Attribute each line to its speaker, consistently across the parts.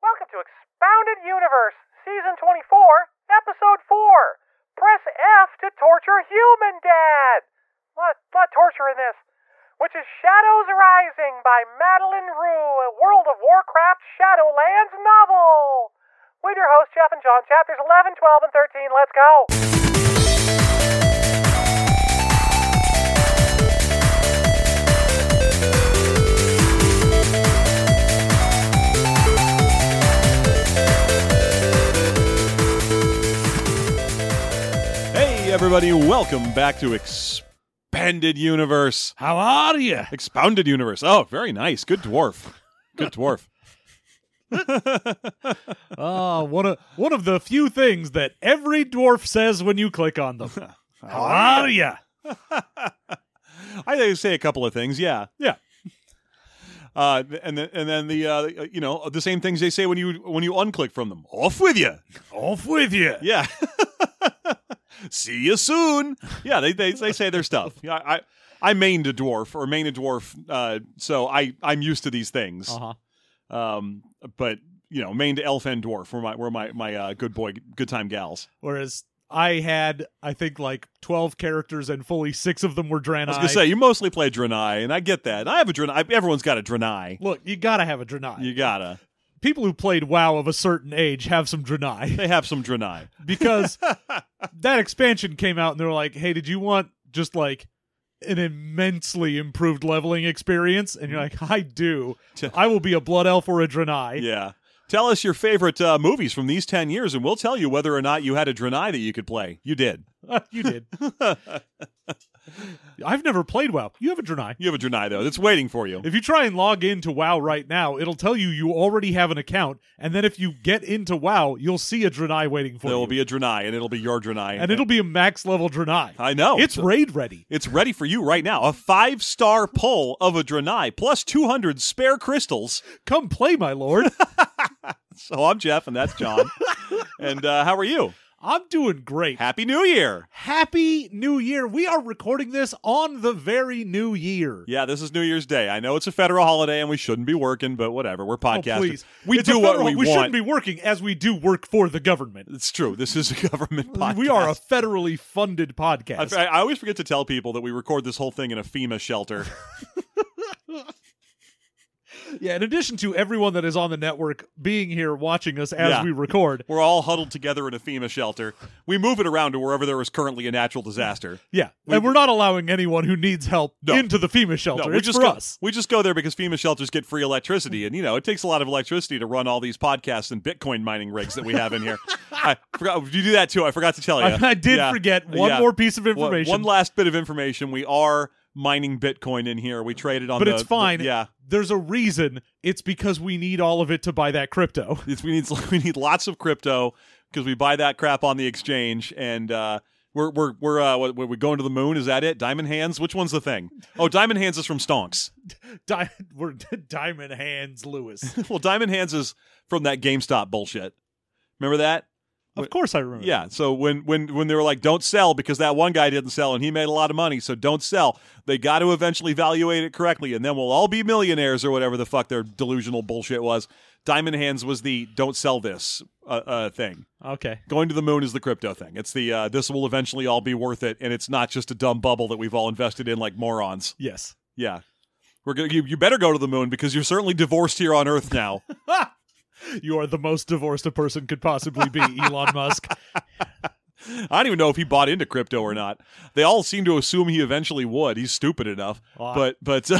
Speaker 1: listening to Expounded Universe, Season 24, Episode 4. Press F to torture human dad. Lot, lot torture in this. Which is Shadows Rising by Madeline Rue, a World of Warcraft Shadowlands novel. With your hosts, Jeff and John, chapters 11, 12, and 13. Let's go.
Speaker 2: Hey, everybody, welcome back to Expanded Universe.
Speaker 3: How are you?
Speaker 2: Expounded Universe. Oh, very nice. Good dwarf. Good dwarf.
Speaker 3: Ah, one of one of the few things that every dwarf says when you click on them. How are you?
Speaker 2: I think I say a couple of things. Yeah, yeah. Uh, and then and then the uh, you know the same things they say when you when you unclick from them. Off with you.
Speaker 3: Off with you.
Speaker 2: Yeah. See you soon. Yeah, they they, they say their stuff. Yeah, I I mained a dwarf or main a dwarf, uh, so I I'm used to these things.
Speaker 3: Uh-huh.
Speaker 2: Um, but you know, mained elf and dwarf were my were my my uh, good boy good time gals.
Speaker 3: Whereas I had, I think, like twelve characters, and fully six of them were Draenei.
Speaker 2: I was gonna say you mostly play Draenei, and I get that. I have a Draenei. Everyone's got a Draenei.
Speaker 3: look, you gotta have a Draenei.
Speaker 2: You gotta.
Speaker 3: People who played WoW of a certain age have some Draenei
Speaker 2: They have some Draenei.
Speaker 3: because that expansion came out, and they were like, "Hey, did you want just like?" An immensely improved leveling experience, and you're like, I do. I will be a blood elf or a Draenei.
Speaker 2: Yeah. Tell us your favorite uh, movies from these ten years, and we'll tell you whether or not you had a Draenei that you could play. You did.
Speaker 3: you did. I've never played WoW. You have a Draenei.
Speaker 2: You have a Draenei though. That's waiting for you.
Speaker 3: If you try and log into WoW right now, it'll tell you you already have an account, and then if you get into WoW, you'll see a Draenei waiting for
Speaker 2: There
Speaker 3: you,
Speaker 2: will be a Draenei, and it'll be your Draenei,
Speaker 3: and it'll be a max level Draenei.
Speaker 2: I know.
Speaker 3: it's
Speaker 2: So-
Speaker 3: raid ready.
Speaker 2: It's ready for you right now. A five star pull of a Draenei plus two hundred spare crystals.
Speaker 3: Come play, my lord.
Speaker 2: So I'm Jeff, and that's John. and uh, how are you?
Speaker 3: I'm doing great.
Speaker 2: Happy New Year.
Speaker 3: Happy New Year. We are recording this on the very new year.
Speaker 2: Yeah, this is New Year's Day. I know it's a federal holiday and we shouldn't be working, but whatever. We're
Speaker 3: Oh,
Speaker 2: podcasters.
Speaker 3: please.
Speaker 2: We
Speaker 3: It's a
Speaker 2: do what
Speaker 3: federal-
Speaker 2: we,
Speaker 3: We
Speaker 2: want.
Speaker 3: shouldn't be working as we do work for the government.
Speaker 2: It's true. This is a government podcast.
Speaker 3: We are a federally funded podcast.
Speaker 2: I, I I always forget to tell people that we record this whole thing in a FEMA shelter.
Speaker 3: Yeah, in addition to everyone that is on the network being here watching us as
Speaker 2: Yeah.
Speaker 3: we record.
Speaker 2: We're all huddled together in a FEMA shelter. We move it around to wherever there is currently a natural disaster.
Speaker 3: Yeah. and we're not allowing anyone who needs help
Speaker 2: No.
Speaker 3: into the FEMA shelter.
Speaker 2: we
Speaker 3: it's
Speaker 2: just
Speaker 3: for
Speaker 2: go,
Speaker 3: us.
Speaker 2: we just go there because FEMA shelters get free electricity, and you know it takes a lot of electricity to run all these podcasts and Bitcoin mining rigs that we have in here. I forgot you do that too. I forgot to tell you.
Speaker 3: I did
Speaker 2: Oh, Yeah.
Speaker 3: forget one
Speaker 2: Yeah.
Speaker 3: more piece of
Speaker 2: Well,
Speaker 3: information.
Speaker 2: One last bit of information. We are mining Bitcoin in here. We traded on
Speaker 3: but
Speaker 2: the-
Speaker 3: it's fine.
Speaker 2: the- yeah.
Speaker 3: There's a reason. It's because we need all of it to buy that crypto.
Speaker 2: It's, we need we need lots of crypto because we buy that crap on the exchange and uh we're we're we're uh what, we're going to the moon, is that it? Diamond hands? Which one's the thing? Oh, diamond hands is from Stonks.
Speaker 3: Di- we're diamond hands, Lewis.
Speaker 2: well, diamond hands is from that GameStop bullshit. Remember that?
Speaker 3: of course I remember.
Speaker 2: Yeah. So when when when they were like, "Don't sell," because that one guy didn't sell and he made a lot of money, so don't sell. They got to eventually evaluate it correctly, and then we'll all be millionaires or whatever the fuck their delusional bullshit was. Diamond Hands was the "Don't sell this" uh, uh, thing.
Speaker 3: Okay.
Speaker 2: Going to the moon is the crypto thing. It's the uh, "This will eventually all be worth it," and it's not just a dumb bubble that we've all invested in like morons.
Speaker 3: Yes.
Speaker 2: Yeah. We're gonna, you, you better go to the moon because you're certainly divorced here on Earth now.
Speaker 3: You are the most divorced a person could possibly be, Elon Musk.
Speaker 2: I don't even know if he bought into crypto or not. They all seem to assume he eventually would. He's stupid enough.
Speaker 3: Wow.
Speaker 2: But but uh,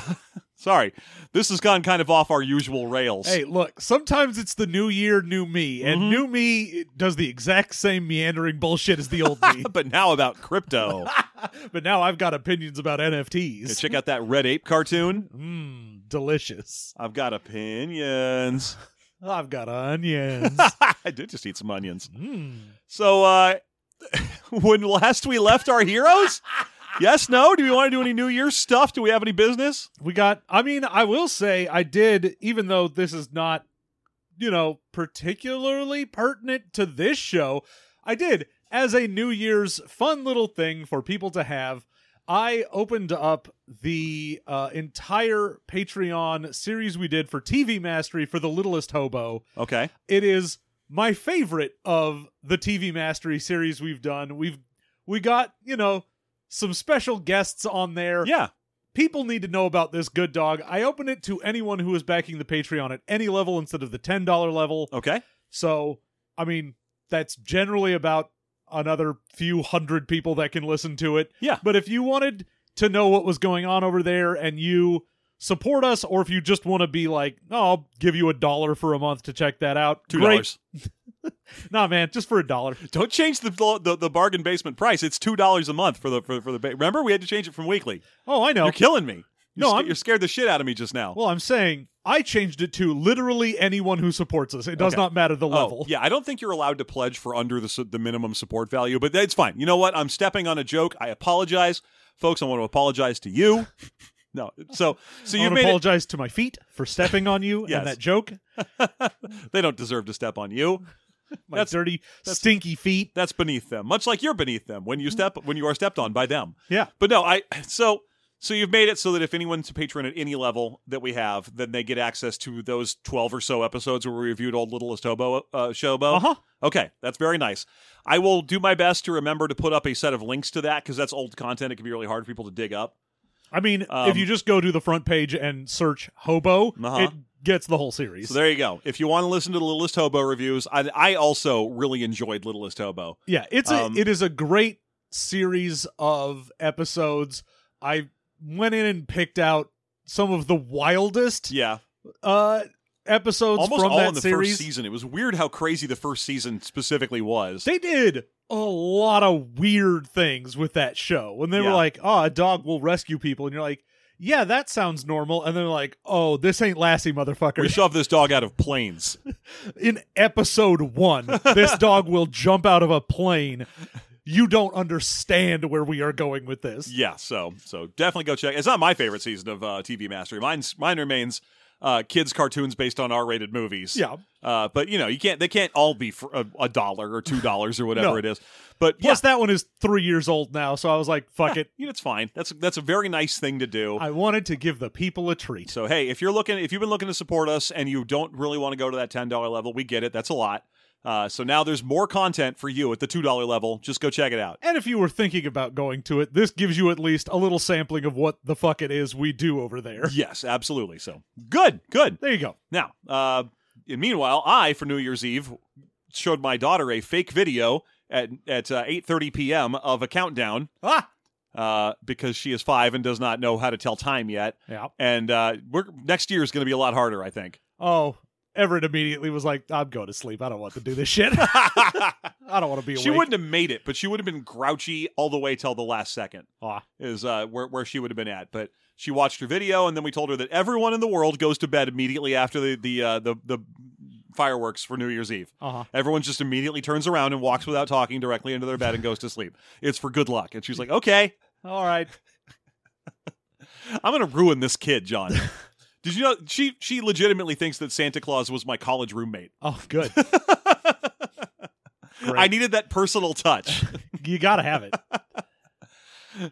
Speaker 2: sorry, this has gone kind of off our usual rails.
Speaker 3: Hey, look, sometimes it's the new year, new me, and new me does the exact same meandering bullshit as the old me.
Speaker 2: But now about crypto.
Speaker 3: but now I've got opinions about
Speaker 2: Yeah,
Speaker 3: NFTs.
Speaker 2: Check out that red ape cartoon.
Speaker 3: Mmm, delicious.
Speaker 2: I've got opinions.
Speaker 3: I've got onions.
Speaker 2: I did just eat some onions.
Speaker 3: Mmm.
Speaker 2: So uh when last we left our heroes? yes, no? Do we want to do any New Year's stuff? Do we have any business?
Speaker 3: We got, I mean, I will say I did, even though this is not, you know, particularly pertinent to this show, I did, as a New Year's fun little thing for people to have, I opened up the uh, entire Patreon series we did for TV Mastery for the Littlest Hobo.
Speaker 2: Okay.
Speaker 3: It is my favorite of the TV Mastery series we've done. We've we got you know some special guests on there.
Speaker 2: Yeah.
Speaker 3: People need to know about this good dog. I open it to anyone who is backing the Patreon at any level instead of the ten dollar level.
Speaker 2: Okay.
Speaker 3: So I mean that's generally about another few hundred people that can listen to it.
Speaker 2: Yeah.
Speaker 3: But if you wanted to know what was going on over there and you support us, or if you just want to be like, oh, I'll give you a dollar for a month to check that out.
Speaker 2: Two
Speaker 3: great.
Speaker 2: dollars.
Speaker 3: Nah, man, just for a dollar.
Speaker 2: Don't change the, the the bargain basement price. It's two dollars a month for the for, for the. Ba- Remember, we had to change it from weekly.
Speaker 3: Oh, I know.
Speaker 2: You're killing me. You're
Speaker 3: No,
Speaker 2: sca-
Speaker 3: I'm-
Speaker 2: you're scared the shit out of me just now.
Speaker 3: well, I'm saying I changed it to literally anyone who supports us. It does
Speaker 2: Okay.
Speaker 3: not matter the level.
Speaker 2: Oh, yeah, I don't think you're allowed to pledge for under the, su- the minimum support value, but that's fine. You know what? I'm stepping on a joke. I apologize, folks. I want to apologize to you. No, so so
Speaker 3: I
Speaker 2: you
Speaker 3: want
Speaker 2: made
Speaker 3: to
Speaker 2: it-
Speaker 3: apologize to my feet for stepping on you
Speaker 2: Yes.
Speaker 3: and that joke.
Speaker 2: they don't deserve to step on you.
Speaker 3: My
Speaker 2: That's-
Speaker 3: dirty, stinky feet.
Speaker 2: That's beneath them. Much like you're beneath them when you step when you are stepped on by them.
Speaker 3: Yeah.
Speaker 2: But no, I so so you've made it so that if anyone's a patron at any level that we have, then they get access to those twelve or so episodes where we reviewed Old Littlest Hobo uh, Showbo.
Speaker 3: Uh huh.
Speaker 2: Okay, that's very nice. I will do my best to remember to put up a set of links to that because that's old content. It can be really hard for people to dig up.
Speaker 3: I mean,
Speaker 2: Um,
Speaker 3: if you just go to the front page and search hobo,
Speaker 2: Uh-huh.
Speaker 3: it gets the whole series.
Speaker 2: So there you go. If you want to listen to the Littlest Hobo reviews, I, I also really enjoyed Littlest Hobo.
Speaker 3: yeah, it's
Speaker 2: Um,
Speaker 3: a it is a great series of episodes. I went in and picked out some of the wildest
Speaker 2: Yeah,
Speaker 3: uh episodes
Speaker 2: almost
Speaker 3: from
Speaker 2: all
Speaker 3: that
Speaker 2: in the
Speaker 3: series.
Speaker 2: first season. It was weird how crazy the first season specifically was.
Speaker 3: They did a lot of weird things with that show. When they
Speaker 2: Yeah.
Speaker 3: were like, "Oh, a dog will rescue people," and you're like, "Yeah, that sounds normal," and they're like, "Oh, this ain't Lassie, motherfucker."
Speaker 2: we shove this dog out of planes.
Speaker 3: in episode one, this dog will jump out of a plane. You don't understand where we are going with this.
Speaker 2: yeah, so so definitely go check. It's not my favorite season of uh, TV Mastery. Mine's mine remains uh, kids cartoons based on R-rated movies.
Speaker 3: Yeah.
Speaker 2: Uh, but you know, you can't. They can't all be for a, a dollar or two dollars or whatever
Speaker 3: No.
Speaker 2: it is. But
Speaker 3: Plus,
Speaker 2: yes,
Speaker 3: that one is three years old now, so I was like, fuck it.
Speaker 2: you know, it's fine. That's that's a very nice thing to do.
Speaker 3: I wanted to give the people a treat.
Speaker 2: so hey, if you're looking, if you've been looking to support us and you don't really want to go to that ten dollar level, we get it. That's a lot. Uh, so now there's more content for you at the two dollar level. Just go check it out.
Speaker 3: And if you were thinking about going to it, this gives you at least a little sampling of what the fuck it is we do over there.
Speaker 2: Yes, absolutely. So good, good.
Speaker 3: There you go.
Speaker 2: Now, uh, and meanwhile, I for New Year's Eve showed my daughter a fake video at at uh, eight thirty p.m. of a countdown
Speaker 3: Ah!
Speaker 2: uh, because she is five and does not know how to tell time yet.
Speaker 3: Yeah.
Speaker 2: And uh, we're, next year is going to be a lot harder, I think.
Speaker 3: Oh, Everett immediately was like, I'm going to sleep. I don't want to do this shit. I don't want to be awake.
Speaker 2: she wouldn't have made it, but she would have been grouchy all the way till the last second.
Speaker 3: Ah.
Speaker 2: Is uh, where where she would have been at, but she watched her video, and then we told her that everyone in the world goes to bed immediately after the the uh, the, the fireworks for New Year's Eve.
Speaker 3: Uh-huh.
Speaker 2: Everyone just immediately turns around and walks without talking directly into their bed and goes to sleep. It's for good luck. And she's like, "Okay,
Speaker 3: All right.
Speaker 2: I'm gonna ruin this kid, John. Did you know she she legitimately thinks that Santa Claus was my college roommate?
Speaker 3: Oh, good. Great.
Speaker 2: I needed that personal touch.
Speaker 3: you got to have it.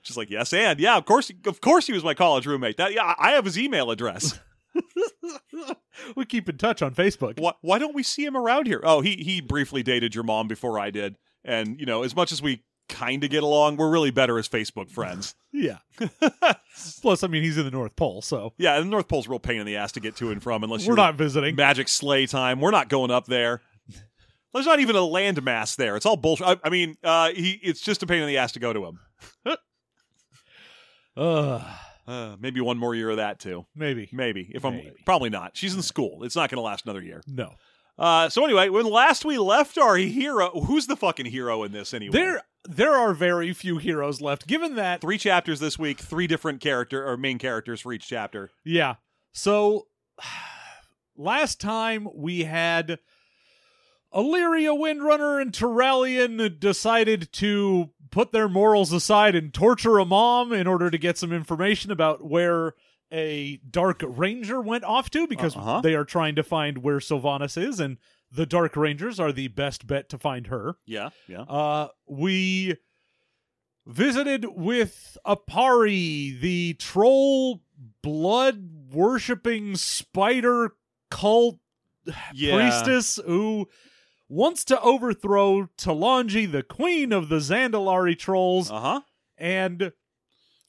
Speaker 2: She's like, yes, and yeah, of course, of course, he was my college roommate. That yeah, I I have his email address.
Speaker 3: we keep in touch on Facebook.
Speaker 2: why, why don't we see him around here? Oh, he he briefly dated your mom before I did, and you know, as much as we kind of get along, we're really better as Facebook friends.
Speaker 3: Yeah. Plus, I mean, he's in the North Pole, so
Speaker 2: yeah, and the North Pole's a real pain in the ass to get to and from unless
Speaker 3: we're
Speaker 2: you're
Speaker 3: not visiting.
Speaker 2: magic sleigh time. We're not going up there. There's not even a landmass there. It's all bullshit. I, I mean, uh, he it's just a pain in the ass to go to him.
Speaker 3: Ugh,
Speaker 2: Uh, maybe one more year of that too.
Speaker 3: maybe.
Speaker 2: Maybe if I'm
Speaker 3: Maybe.
Speaker 2: probably not. She's in school. It's not going to last another year.
Speaker 3: No.
Speaker 2: Uh, so anyway, when last we left our hero, who's the fucking hero in this anyway?
Speaker 3: There there are very few heroes left, given that.
Speaker 2: three chapters this week, three different character or main characters for each chapter.
Speaker 3: Yeah. So, last time we had Illyria Windrunner and Terralian decided to put their morals aside and torture a mom in order to get some information about where a Dark Ranger went off to because
Speaker 2: Uh-huh.
Speaker 3: they are trying to find where Sylvanas is, and the Dark Rangers are the best bet to find her.
Speaker 2: Yeah, yeah.
Speaker 3: Uh, we Uh, visited with Apari, the troll blood worshipping spider cult
Speaker 2: Yeah.
Speaker 3: priestess who wants to overthrow Talanji, the queen of the Zandalari trolls,
Speaker 2: Uh huh.
Speaker 3: and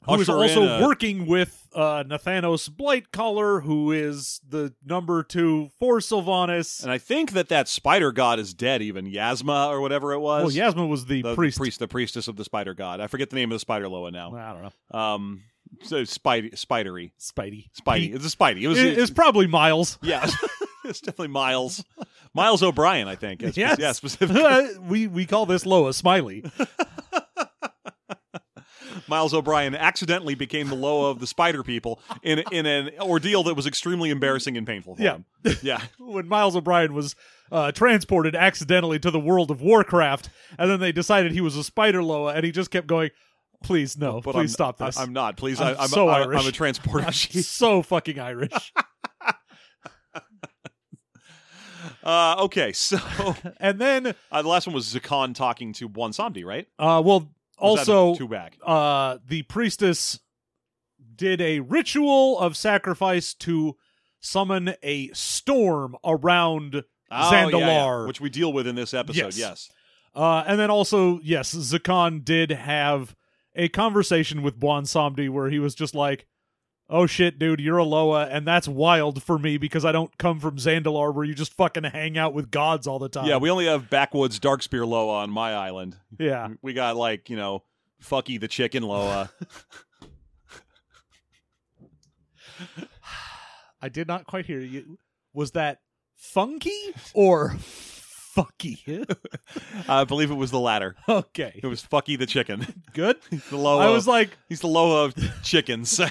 Speaker 3: who is
Speaker 2: Usher
Speaker 3: also
Speaker 2: in a-
Speaker 3: working with uh, Nathanos Blightcaller, who is the number two for Sylvanas.
Speaker 2: And I think that that spider god is dead, even Yasma or whatever it was.
Speaker 3: well, Yasma was the,
Speaker 2: the
Speaker 3: priest.
Speaker 2: the priestess of the spider god. I forget the name of the spider Loa now.
Speaker 3: I don't know.
Speaker 2: Um, so spider, spidery,
Speaker 3: Spidey.
Speaker 2: spidey. It's a spidey. It was.
Speaker 3: It- it's probably Miles.
Speaker 2: yeah, it's definitely Miles, Miles O'Brien. I think. It's-
Speaker 3: Yes.
Speaker 2: Yeah, specifically
Speaker 3: we we call this Loa Smiley.
Speaker 2: Miles O'Brien accidentally became the Loa of the spider people in in an ordeal that was extremely embarrassing and painful for
Speaker 3: Yeah.
Speaker 2: him. Yeah.
Speaker 3: when Miles O'Brien was uh, transported accidentally to the world of Warcraft, and then they decided he was a spider Loa, and he just kept going, "Please no,
Speaker 2: But
Speaker 3: please
Speaker 2: I'm,
Speaker 3: stop this."
Speaker 2: I, am not. Please,
Speaker 3: I'm
Speaker 2: I, I'm
Speaker 3: so
Speaker 2: I,
Speaker 3: Irish. Oh,
Speaker 2: am a transporter.
Speaker 3: He's so fucking Irish.
Speaker 2: uh, okay, so
Speaker 3: and then,
Speaker 2: uh, the last one was Zakan talking to One Somdi, right?
Speaker 3: uh, well,
Speaker 2: Or was that
Speaker 3: also
Speaker 2: two back.
Speaker 3: uh, the priestess did a ritual of sacrifice to summon a storm around
Speaker 2: Oh, yeah, yeah,
Speaker 3: Zandalar.
Speaker 2: which we deal with in this episode.
Speaker 3: Yes.
Speaker 2: Yes.
Speaker 3: Uh, and then also, yes, Zakan did have a conversation with Bon Somdi where he was just like, "Oh shit, dude, you're a Loa, and that's wild for me because I don't come from Zandalar where you just fucking hang out with gods all the time."
Speaker 2: Yeah, we only have backwoods Darkspear Loa on my island.
Speaker 3: yeah,
Speaker 2: We got like you know, Fucky the Chicken Loa.
Speaker 3: I did not quite hear you. Was that funky or fucky?
Speaker 2: I believe it was the latter.
Speaker 3: okay,
Speaker 2: It was Fucky the Chicken.
Speaker 3: good.
Speaker 2: The Loa.
Speaker 3: I was like,
Speaker 2: he's the Loa of chickens.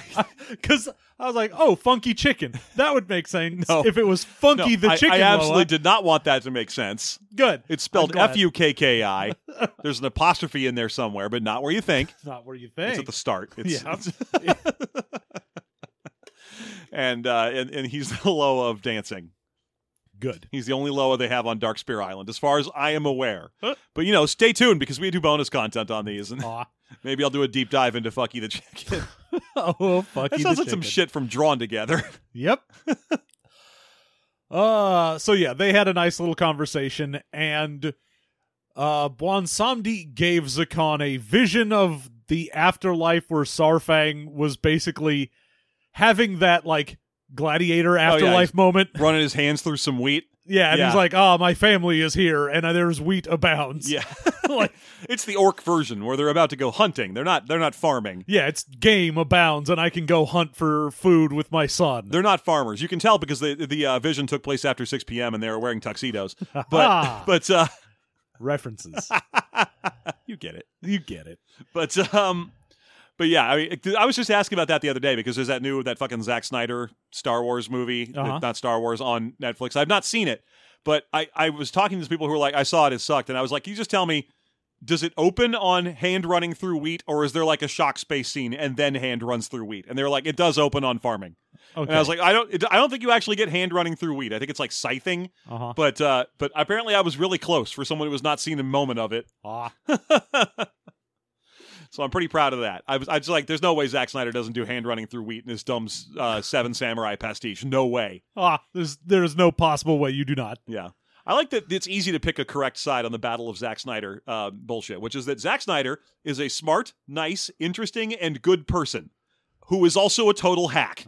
Speaker 3: because I was like, "Oh, funky chicken." That would make sense
Speaker 2: No.
Speaker 3: if it was funky
Speaker 2: No,
Speaker 3: the
Speaker 2: I-
Speaker 3: chicken.
Speaker 2: I, absolutely
Speaker 3: Loa.
Speaker 2: did not want that to make sense.
Speaker 3: good.
Speaker 2: It's spelled
Speaker 3: glad.
Speaker 2: F U K K I. There's an apostrophe in there somewhere, but not where you think.
Speaker 3: Not where you
Speaker 2: It's
Speaker 3: think.
Speaker 2: at the start. It's,
Speaker 3: Yeah.
Speaker 2: and, uh, and and he's the Loa of dancing.
Speaker 3: good.
Speaker 2: He's the only Loa they have on Dark Spear Island, as far as I am aware. But you know, stay tuned because we do bonus content on these, and
Speaker 3: Aw.
Speaker 2: maybe I'll do a deep dive into Fucky the Chicken.
Speaker 3: Oh, fuck
Speaker 2: that
Speaker 3: you,
Speaker 2: sounds
Speaker 3: the
Speaker 2: like some
Speaker 3: chicken.
Speaker 2: shit from Drawn Together.
Speaker 3: Yep. uh so yeah, they had a nice little conversation and uh Bwansamdi gave Zakan a vision of the afterlife where Sarfang was basically having that like gladiator
Speaker 2: Oh, yeah,
Speaker 3: afterlife
Speaker 2: he's-
Speaker 3: moment.
Speaker 2: Running his hands through some wheat.
Speaker 3: Yeah, and
Speaker 2: yeah.
Speaker 3: he's like, "Oh, my family is here and uh, there's wheat abounds."
Speaker 2: Yeah,
Speaker 3: Like-
Speaker 2: it's the orc version where they're about to go hunting. They're not. They're not farming.
Speaker 3: Yeah, it's game abounds and I can go hunt for food with my son.
Speaker 2: They're not farmers. You can tell because the the uh, vision took place after 6 p.m. and they were wearing tuxedos. But
Speaker 3: Ah.
Speaker 2: but uh,
Speaker 3: References.
Speaker 2: you get it.
Speaker 3: you get it.
Speaker 2: But um, but yeah, I mean, I was just asking about that the other day because there's that new that fucking Zack Snyder Star Wars movie, uh,
Speaker 3: Uh-huh.
Speaker 2: not Star Wars on Netflix. I've not seen it, but I I was talking to people who were like, I saw it, it sucked, and I was like, you just tell me. Does it open on hand running through wheat, or is there like a shock space scene and then hand runs through wheat? And they were like, it does open on farming.
Speaker 3: Okay.
Speaker 2: And I was like, I don't, it, I don't think you actually get hand running through wheat. I think it's like scything,
Speaker 3: uh-huh.
Speaker 2: but uh, but apparently I was really close for someone who was not seen a moment of it.
Speaker 3: Ah.
Speaker 2: So I'm pretty proud of that. I was, I just like, there's no way Zack Snyder doesn't do hand running through wheat in his dumb uh, Seven Samurai pastiche. No way.
Speaker 3: Ah, there's there's no possible way you do not.
Speaker 2: Yeah. I like that it's easy to pick a correct side on the battle of Zack Snyder uh, bullshit, which is that Zack Snyder is a smart, nice, interesting, and good person who is also a total hack.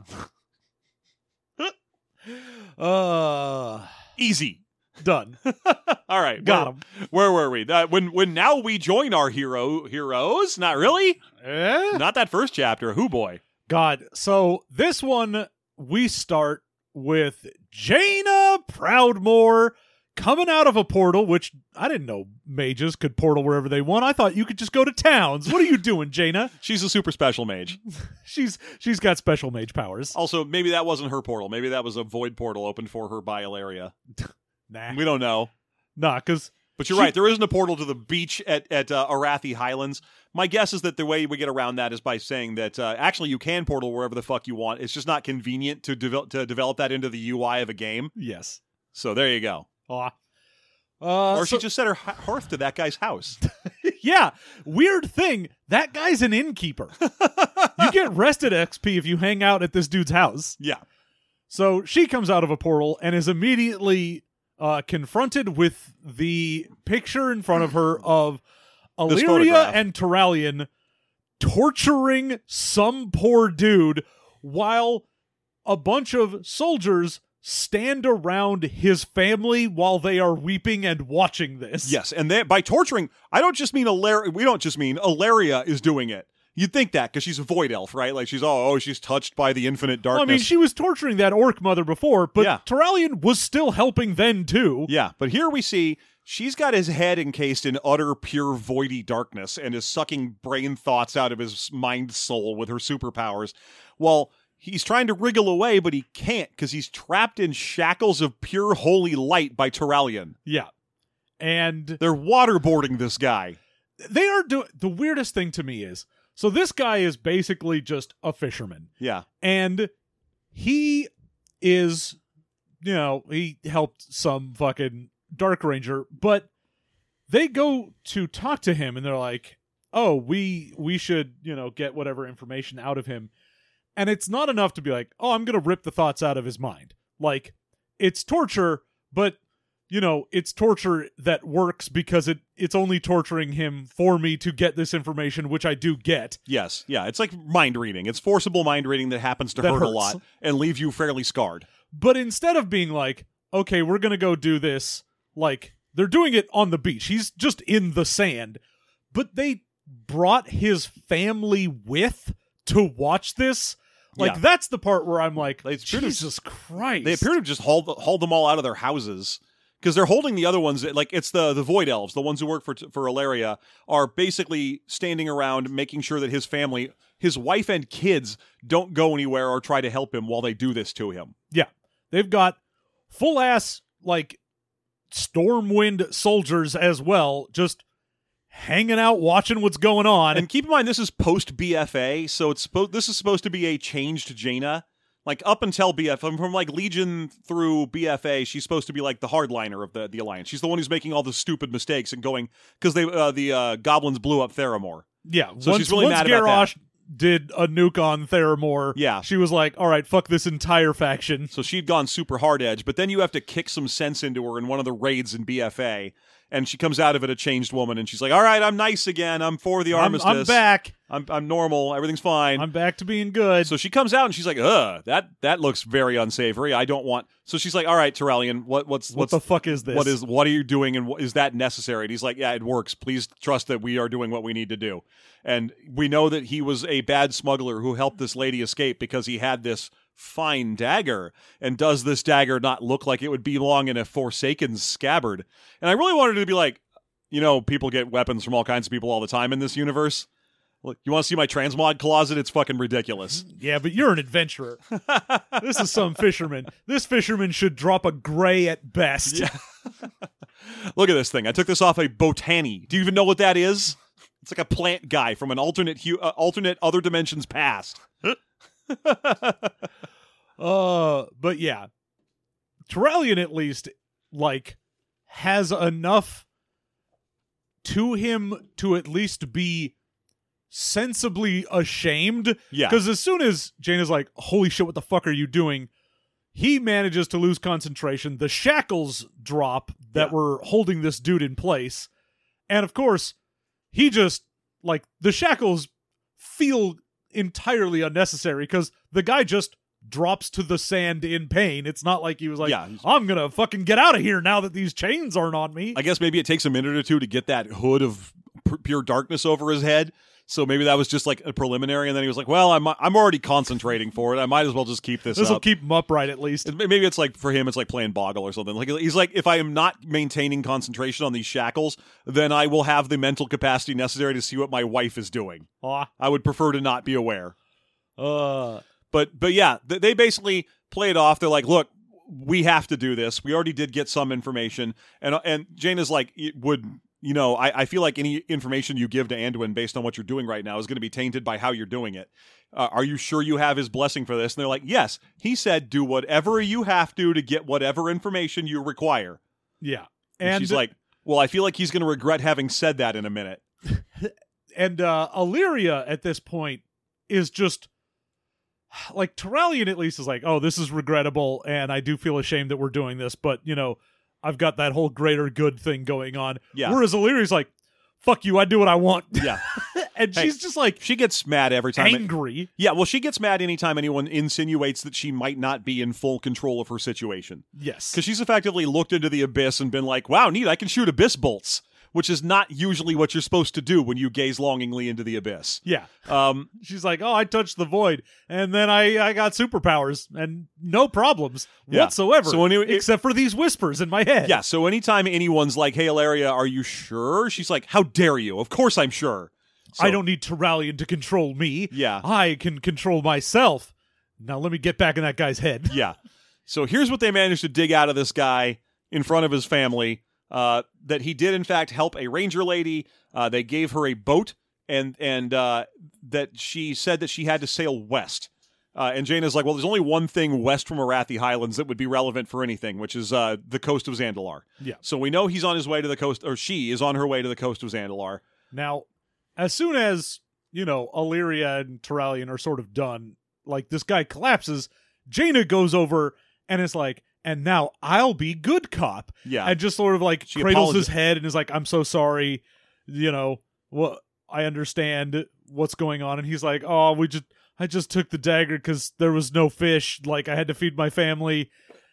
Speaker 3: Uh
Speaker 2: Easy.
Speaker 3: done.
Speaker 2: All right.
Speaker 3: Got
Speaker 2: where- Where were we? That when when now we join our hero heroes? Not really.
Speaker 3: Eh?
Speaker 2: Not that first chapter. Who boy?
Speaker 3: God. So this one we start with Jaina Proudmore coming out of a portal, which I didn't know mages could portal wherever they want. I thought you could just go to towns. What are you doing, Jaina?
Speaker 2: She's a super special mage.
Speaker 3: She's she's got special mage powers.
Speaker 2: Also, maybe that wasn't her portal. Maybe that was a void portal opened for her by Ilaria.
Speaker 3: Nah,
Speaker 2: We don't know.
Speaker 3: nah, because
Speaker 2: But you're
Speaker 3: She-
Speaker 2: right. There isn't a portal to the beach at at uh, Arathi Highlands. My guess is that the way we get around that is by saying that uh, actually you can portal wherever the fuck you want. It's just not convenient to develop to develop that into the UI of a game.
Speaker 3: yes.
Speaker 2: So there you go.
Speaker 3: Ah. Uh,
Speaker 2: or
Speaker 3: so-
Speaker 2: she just set her h- hearth to that guy's house.
Speaker 3: yeah, weird thing. That guy's an innkeeper. you get rested XP if you hang out at this dude's house.
Speaker 2: Yeah.
Speaker 3: So she comes out of a portal and is immediately uh, confronted with the picture in front of her of
Speaker 2: This
Speaker 3: Illyria
Speaker 2: photograph.
Speaker 3: and Turalian torturing some poor dude while a bunch of soldiers stand around his family while they are weeping and watching this.
Speaker 2: Yes, and they, by torturing, I don't just mean Ilaria. We don't just mean Ilaria is doing it. You'd think that because she's a void elf, right? Like she's oh, oh, she's touched by the infinite
Speaker 3: Well, I
Speaker 2: darkness.
Speaker 3: mean, she was torturing that orc mother before, but
Speaker 2: Yeah.
Speaker 3: Turalian was still helping then too.
Speaker 2: yeah, but here we see she's got his head encased in utter pure voidy darkness and is sucking brain thoughts out of his mind soul with her superpowers, while he's trying to wriggle away, but he can't because he's trapped in shackles of pure holy light by Turalian.
Speaker 3: Yeah. And
Speaker 2: They're waterboarding this guy.
Speaker 3: they are doing the weirdest thing to me is so this guy is basically just a fisherman
Speaker 2: Yeah,
Speaker 3: and he is you know he helped some fucking dark ranger but they go to talk to him and they're like oh we we should you know get whatever information out of him and it's not enough to be like oh i'm gonna rip the thoughts out of his mind like it's torture but you know it's torture that works because it it's only torturing him for me to get this information which i do get
Speaker 2: Yes, yeah, it's like mind reading. It's forcible mind reading that happens to
Speaker 3: That
Speaker 2: hurt a
Speaker 3: hurts.
Speaker 2: lot and leave you fairly scarred.
Speaker 3: But instead of being like, okay, we're going to go do this, like, they're doing it on the beach. He's just in the sand. But they brought his family with to watch this. Like,
Speaker 2: Yeah.
Speaker 3: that's the part where I'm like,
Speaker 2: They appear to-
Speaker 3: Jesus Christ.
Speaker 2: They appear to have just hauled hauled them all out of their houses because they're holding the other ones. Like it's the the void elves, the ones who work for for Ilaria, are basically standing around making sure that his family, his wife and kids, don't go anywhere or try to help him while they do this to him.
Speaker 3: They've got full ass, like, Stormwind soldiers as well, just hanging out, watching what's going on.
Speaker 2: And keep in mind, this is post BFA, so it's supposed this is supposed to be a changed Jaina. Like up until BF, from from, like Legion through BFA, she's supposed to be like the hardliner of the, the alliance. She's the one who's making all the stupid mistakes and going because they uh, the uh, goblins blew up Theramore.
Speaker 3: Yeah,
Speaker 2: So
Speaker 3: once,
Speaker 2: she's really
Speaker 3: once
Speaker 2: mad about
Speaker 3: Garrosh did a nuke on Theramore,
Speaker 2: Yeah.
Speaker 3: she was like, "All right, fuck this entire faction."
Speaker 2: So she'd gone super hard edge, but then you have to kick some sense into her in one of the raids in BFA, and she comes out of it a changed woman, and she's like, "All right, I'm nice again. I'm for the
Speaker 3: I'm,
Speaker 2: armistice.
Speaker 3: I'm back.
Speaker 2: I'm, I'm normal. Everything's fine.
Speaker 3: I'm back to being good.
Speaker 2: So she comes out and she's like, "Ugh, that that looks very unsavory. I don't want." So she's like, "All right, Terrellian, what what's
Speaker 3: what
Speaker 2: what's
Speaker 3: the fuck is this?
Speaker 2: what is what are you doing and wh- is that necessary?" And he's like, "Yeah, it works. Please trust that we are doing what we need to do." And we know that he was a bad smuggler who helped this lady escape because he had this fine dagger. And does this dagger not look like it would belong in a Forsaken scabbard? And I really wanted to be like, you know, people get weapons from all kinds of people all the time in this universe. Look, you want to see my transmod closet? It's fucking ridiculous.
Speaker 3: Yeah, but you're an adventurer. this is some fisherman. This fisherman should drop a gray at best.
Speaker 2: Yeah. Look at this thing. I took this off a botany. Do you even know what that is? It's like a plant guy from an alternate hu- uh, alternate other dimensions past.
Speaker 3: Uh, but yeah, Terrellian at least like has enough to him to at least be sensibly ashamed.
Speaker 2: Yeah.
Speaker 3: Because as soon as Jane is like, "Holy shit, what the fuck are you doing?" He manages to lose concentration. The shackles drop that
Speaker 2: Yeah.
Speaker 3: were holding this dude in place, and of course, he just like the shackles feel entirely unnecessary because the guy just drops to the sand in pain. It's not like he was like,
Speaker 2: Yeah, he's-
Speaker 3: "I'm gonna fucking get out of here now that these chains aren't on me."
Speaker 2: I guess maybe it takes a minute or two to get that hood of p- pure darkness over his head. So maybe that was just like a preliminary, and then he was like, "Well, I'm I'm already concentrating for it. I might as well just keep this
Speaker 3: This will
Speaker 2: up."
Speaker 3: keep him upright at least.
Speaker 2: It- Maybe it's like for him, it's like playing boggle or something. Like he's like, if I am not maintaining concentration on these shackles, then I will have the mental capacity necessary to see what my wife is doing.
Speaker 3: Ah,
Speaker 2: I would prefer to not be aware.
Speaker 3: uh,
Speaker 2: But but yeah, th- they basically play it off. They're like, look, we have to do this. We already did get some information, and and Jane is like, it would you know? I, I feel like any information you give to Anduin based on what you're doing right now is going to be tainted by how you're doing it. Uh, are you sure you have his blessing for this? And they're like, yes. He said, do whatever you have to to get whatever information you require.
Speaker 3: yeah.
Speaker 2: And, she's like, well, I feel like he's going to regret having said that in a minute.
Speaker 3: and uh Illyria at this point is just like Terrellian at least is like, oh, this is regrettable, and I do feel ashamed that we're doing this, but you know, I've got that whole greater good thing going on.
Speaker 2: Yeah.
Speaker 3: Whereas Illyria's like, fuck you, I do what I want.
Speaker 2: Yeah.
Speaker 3: and
Speaker 2: Hey.
Speaker 3: she's just like
Speaker 2: She gets mad every time.
Speaker 3: angry.
Speaker 2: yeah, well, she gets mad anytime anyone insinuates that she might not be in full control of her situation.
Speaker 3: yes.
Speaker 2: Because she's effectively looked into the abyss and been like, wow, neat, I can shoot abyss bolts, which is not usually what you're supposed to do when you gaze longingly into the abyss.
Speaker 3: yeah.
Speaker 2: Um,
Speaker 3: She's like, "Oh, I touched the void, and then I I got superpowers and no problems
Speaker 2: Yeah.
Speaker 3: whatsoever.
Speaker 2: So anyway-
Speaker 3: except for these whispers in my head."
Speaker 2: yeah, so anytime anyone's like, hey, Ilaria, are you sure? She's like, how dare you? Of course I'm sure. So-
Speaker 3: I don't need Terralian to control me.
Speaker 2: Yeah.
Speaker 3: I can control myself. Now let me get back in that guy's head.
Speaker 2: yeah. So here's what they managed to dig out of this guy in front of his family uh, that he did in fact help a ranger lady. Uh, they gave her a boat and and uh, that she said that she had to sail west. Uh, and Jaina's like, well, there's only one thing west from Arathi Highlands that would be relevant for anything, which is uh, the coast of Zandalar.
Speaker 3: Yeah.
Speaker 2: So we know he's on his way to the coast, or she is on her way to the coast of Zandalar.
Speaker 3: Now, as soon as you know Illyria and Terralian are sort of done, like this guy collapses, Jaina goes over and is like, "And now I'll be good cop."
Speaker 2: Yeah.
Speaker 3: and just sort of like
Speaker 2: She
Speaker 3: cradles
Speaker 2: apologized.
Speaker 3: his head and is like, "I'm so sorry," you know. What I understand what's going on, and he's like, "Oh, we just I just took the dagger because there was no fish. Like I had to feed my family."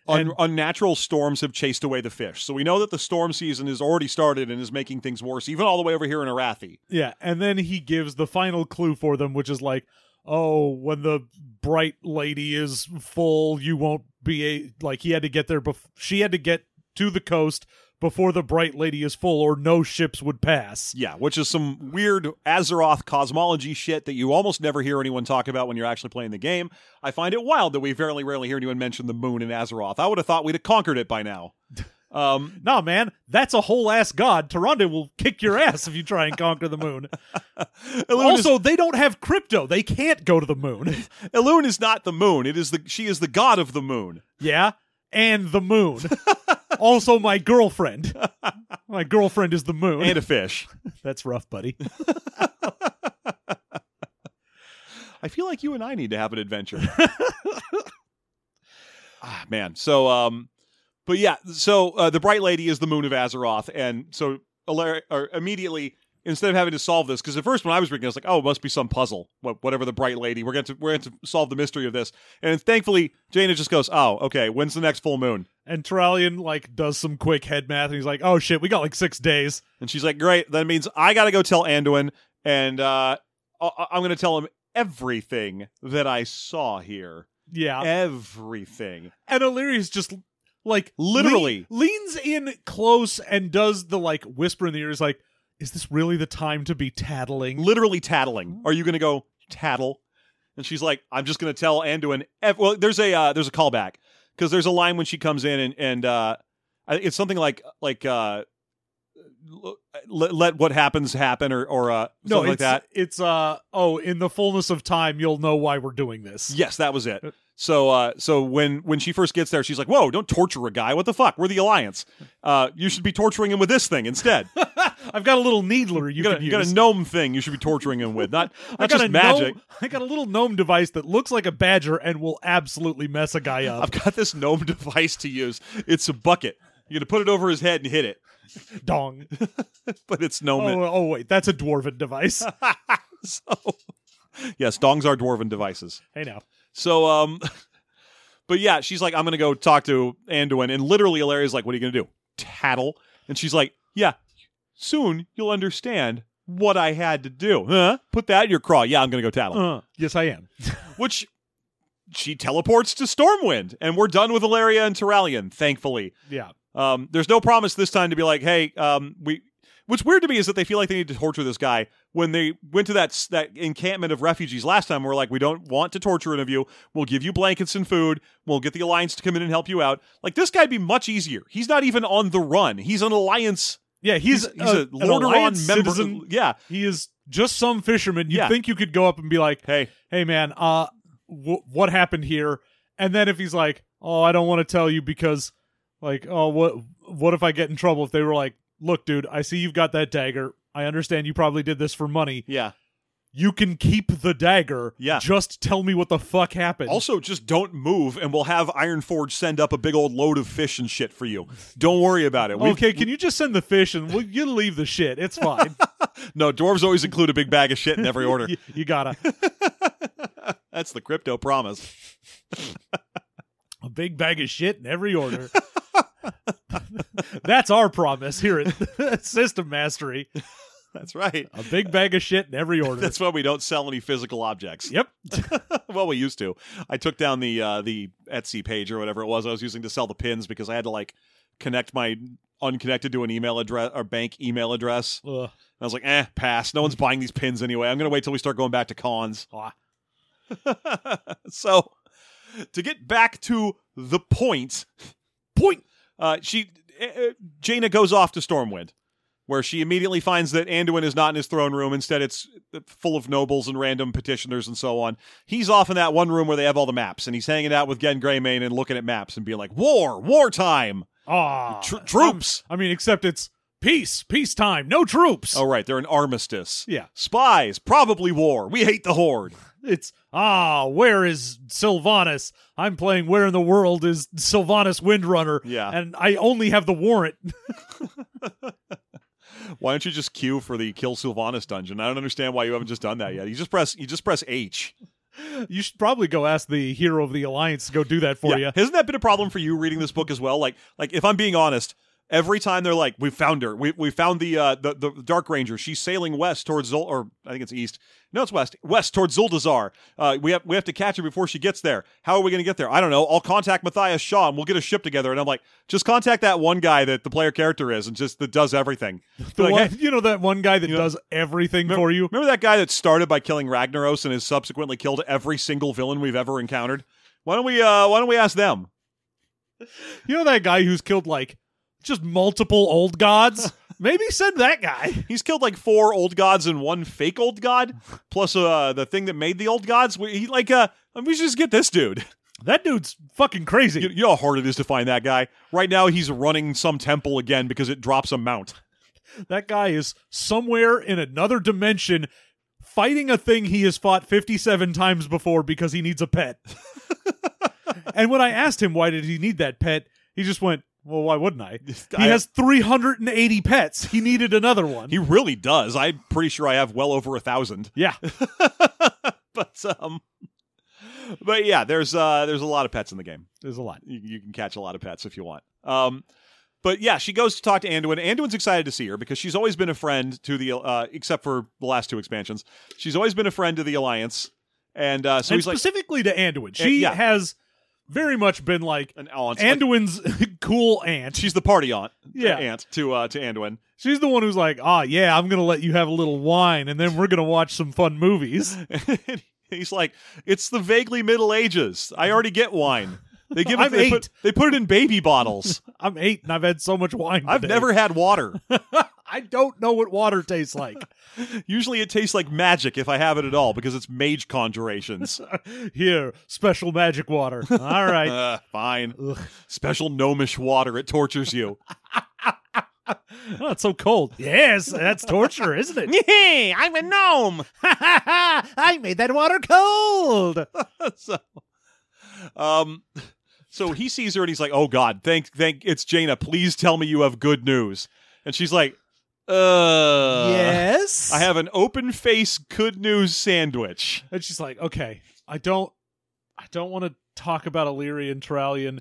Speaker 2: Un-
Speaker 3: and-
Speaker 2: unnatural storms have chased away the fish. So we know that the storm season has already started and is making things worse, even all the way over here in Arathi.
Speaker 3: Yeah, and then he gives the final clue for them, which is like, "Oh, when the bright lady is full, you won't be a like." He had to get there. Bef- she had to get to the coast before the bright lady is full, or no ships would pass.
Speaker 2: Yeah, which is some weird Azeroth cosmology shit that you almost never hear anyone talk about when you're actually playing the game. I find it wild that we very rarely hear anyone mention the moon in Azeroth. I would have thought we'd have conquered it by now. Um,
Speaker 3: Nah, man, that's a whole ass god. Taronda will kick your ass if you try and conquer the moon.
Speaker 2: Elune,
Speaker 3: also, they don't have crypto. They can't go to the moon.
Speaker 2: is, Elune is not the moon. It is the she is the god of the moon.
Speaker 3: yeah? And the moon. also, my girlfriend. My girlfriend is the moon.
Speaker 2: And a fish.
Speaker 3: that's rough, buddy.
Speaker 2: I feel like you and I need to have an adventure. ah, man. So, um, but yeah. So uh, the bright lady is the moon of Azeroth, and so Alar- or immediately instead of having to solve this, because at first when I was reading, I was like, oh, it must be some puzzle. What, whatever the bright lady, we're going to we're going to solve the mystery of this. And thankfully, Jaina just goes, oh, okay. When's the next full moon?
Speaker 3: And Terralian, like, does some quick head math, and he's like, oh shit, we got like six days.
Speaker 2: And she's like, great. That means I got to go tell Anduin, and uh, I- I'm going to tell him everything that I saw here.
Speaker 3: Yeah.
Speaker 2: Everything.
Speaker 3: and Illyria's just like
Speaker 2: Literally.
Speaker 3: lean- leans in close and does the like whisper in the ear is like is this really the time to be tattling
Speaker 2: literally tattling. Are you going to go tattle? And she's like, I'm just going to tell Anduin. Ev-. Well, there's a uh, there's a callback because there's a line when she comes in and and uh, I- it's something like like uh, l- let, let what happens happen or or uh,
Speaker 3: no
Speaker 2: something
Speaker 3: it's,
Speaker 2: like that.
Speaker 3: it's uh oh in the fullness of time you'll know why we're doing this
Speaker 2: Yes, that was it. So uh, so when when she first gets there, she's like, Whoa, don't torture a guy. What the fuck? We're the alliance. Uh, you should be torturing him with this thing instead. You,
Speaker 3: i've got a little needler you,
Speaker 2: got,
Speaker 3: can
Speaker 2: a, you
Speaker 3: use
Speaker 2: got a gnome thing. You should be torturing him with not
Speaker 3: I
Speaker 2: not
Speaker 3: got
Speaker 2: just
Speaker 3: a
Speaker 2: magic.
Speaker 3: gnome, I got a little gnome device that looks like a badger and will absolutely mess a guy up.
Speaker 2: I've got this gnome device to use. It's a bucket. You're gonna put it over his head and hit it,
Speaker 3: Dong.
Speaker 2: but it's gnome.
Speaker 3: Oh, oh wait, that's a dwarven device.
Speaker 2: So, yes, dongs are dwarven devices.
Speaker 3: hey now.
Speaker 2: So, um, but yeah, she's like, I'm gonna go talk to Anduin, and literally, Ilaria's like, "What are you gonna do? Tattle?" And she's like, "Yeah, soon you'll understand what I had to do. Huh? Put that in your craw. Yeah, I'm gonna go tattle."
Speaker 3: Uh, yes, I am.
Speaker 2: Which she teleports to Stormwind, and we're done with Ilaria and Terralion, thankfully.
Speaker 3: Yeah.
Speaker 2: Um, there's no promise this time to be like, hey, um, we. What's weird to me is that they feel like they need to torture this guy when they went to that s- that encampment of refugees last time. We're like, we don't want to torture any of you. We'll give you blankets and food. We'll get the alliance to come in and help you out. Like this guy'd be much easier. He's not even on the run. He's an alliance.
Speaker 3: Yeah, he's,
Speaker 2: He's
Speaker 3: uh,
Speaker 2: a
Speaker 3: an
Speaker 2: Lordaeron
Speaker 3: alliance
Speaker 2: member.
Speaker 3: citizen.
Speaker 2: Yeah.
Speaker 3: He is just some fisherman. You
Speaker 2: Yeah.
Speaker 3: would think you could go up and be like,
Speaker 2: Hey,
Speaker 3: "Hey, man, uh, w- what happened here?" And then if he's like, "Oh, I don't want to tell you because, like, oh, what, what if I get in trouble?" If they were like, "Look, dude, I see you've got that dagger. I understand you probably did this for money.
Speaker 2: Yeah.
Speaker 3: You can keep the dagger.
Speaker 2: Yeah.
Speaker 3: Just tell me what the fuck happened.
Speaker 2: Also, just don't move, and we'll have Ironforge send up a big old load of fish and shit for you. Don't worry about it. We've-
Speaker 3: okay, can you just send the fish and we'll, you leave the shit? It's fine.
Speaker 2: No, dwarves always include a big bag of shit in every order.
Speaker 3: you, you gotta.
Speaker 2: That's the crypto promise.
Speaker 3: A big bag of shit in every order. That's our promise here at System Mastery.
Speaker 2: That's right.
Speaker 3: A big bag of shit in every order.
Speaker 2: That's why we don't sell any physical objects.
Speaker 3: yep.
Speaker 2: well, we used to. I took down the uh, the Etsy page or whatever it was I was using to sell the pins because I had to like connect my unconnected to an email address or bank email address.
Speaker 3: Ugh.
Speaker 2: And I was like, eh, pass. No one's buying these pins anyway. I'm gonna wait till we start going back to cons.
Speaker 3: Ah.
Speaker 2: so to get back to the point,
Speaker 3: Point.
Speaker 2: uh, she uh, uh, Jaina goes off to Stormwind, where she immediately finds that Anduin is not in his throne room. Instead, it's full of nobles and random petitioners and so on. He's off in that one room where they have all the maps, and he's hanging out with Gen Greymane and looking at maps and being like, "War, wartime,
Speaker 3: Ah.
Speaker 2: tr- troops."
Speaker 3: I mean, except it's peace, peacetime, no troops.
Speaker 2: oh, right, they're an armistice.
Speaker 3: Yeah.
Speaker 2: Spies, probably war. We hate the Horde.
Speaker 3: It's ah, where is Sylvanas? I'm playing Where in the World is Sylvanas Windrunner.
Speaker 2: Yeah.
Speaker 3: And I only have the warrant.
Speaker 2: Why don't you just queue for the Kill Sylvanas dungeon? I don't understand why you haven't just done that yet. You just press. You just press H.
Speaker 3: you should probably go ask the hero of the alliance to go do that for
Speaker 2: Yeah.
Speaker 3: you.
Speaker 2: Hasn't that been a problem for you reading this book as well? Like, like if I'm being honest, every time they're like, "We found her. We we found the uh, the the Dark Ranger. She's sailing west towards Zul, or I think it's east. No, it's west. West towards Zuldazar. Uh, we have we have to catch her before she gets there. How are we going to get there? I don't know. I'll contact Matthias Shaw and we'll get a ship together. And I'm like, just contact that one guy that the player character is and just that does everything.
Speaker 3: The
Speaker 2: Like,
Speaker 3: one,
Speaker 2: hey,
Speaker 3: you know that one guy that does everything for you.
Speaker 2: Remember that guy that started by killing Ragnaros and has subsequently killed every single villain we've ever encountered? Why don't we uh, why don't we ask them?
Speaker 3: You know that guy who's killed like just multiple old gods. Maybe send that guy.
Speaker 2: He's killed like four old gods and one fake old god, plus uh, the thing that made the old gods. We, he like uh, we should just get this dude.
Speaker 3: That dude's fucking crazy.
Speaker 2: You, you know how hard it is to find that guy. Right now, he's running some temple again because it drops a mount.
Speaker 3: That guy is somewhere in another dimension fighting a thing he has fought 57 times before because he needs a pet. and when I asked him why did he need that pet, he just went, "Well, why wouldn't I?" He
Speaker 2: I-
Speaker 3: has 380 pets. He needed another one.
Speaker 2: He really does. I'm pretty sure I have well over a thousand.
Speaker 3: yeah.
Speaker 2: But um, but yeah, there's uh, there's a lot of pets in the game.
Speaker 3: There's a lot.
Speaker 2: you, you can catch a lot of pets if you want. Um, but yeah, she goes to talk to Anduin. Anduin's excited to see her because she's always been a friend to the, uh, except for the last two expansions, she's always been a friend to the Alliance. And uh, so
Speaker 3: and
Speaker 2: he's like, Eh,
Speaker 3: specifically to Anduin. She
Speaker 2: yeah.
Speaker 3: has very much been like
Speaker 2: an aunt. Like,
Speaker 3: Anduin's cool aunt.
Speaker 2: she's the party aunt.
Speaker 3: Yeah.
Speaker 2: aunt to uh, to Anduin.
Speaker 3: She's the one who's like, "Ah, yeah, I'm going to let you have a little wine and then we're going to watch some fun movies."
Speaker 2: And he's like, it's the vaguely Middle Ages. I already get wine. They give it.
Speaker 3: I'm
Speaker 2: They put,
Speaker 3: eight.
Speaker 2: they put it in baby bottles.
Speaker 3: I'm eight and I've had so much wine.
Speaker 2: I've
Speaker 3: today.
Speaker 2: never had water.
Speaker 3: I don't know what water tastes like.
Speaker 2: Usually, it tastes like magic if I have it at all because it's mage conjurations.
Speaker 3: Here, special magic water. All right.
Speaker 2: Uh, fine.
Speaker 3: Ugh.
Speaker 2: Special gnomish water. It tortures you.
Speaker 3: Oh, it's so cold. Yes, that's torture, isn't it?
Speaker 2: hey, I'm a gnome.
Speaker 3: I made that water cold.
Speaker 2: so, um, so he sees her and he's like, "Oh God, thank, thank, it's Jaina. Please tell me you have good news." And she's like, "Uh,
Speaker 3: yes.
Speaker 2: I have an open face good news sandwich."
Speaker 3: And she's like, okay, I don't, I don't want to talk about Illyria and Trallian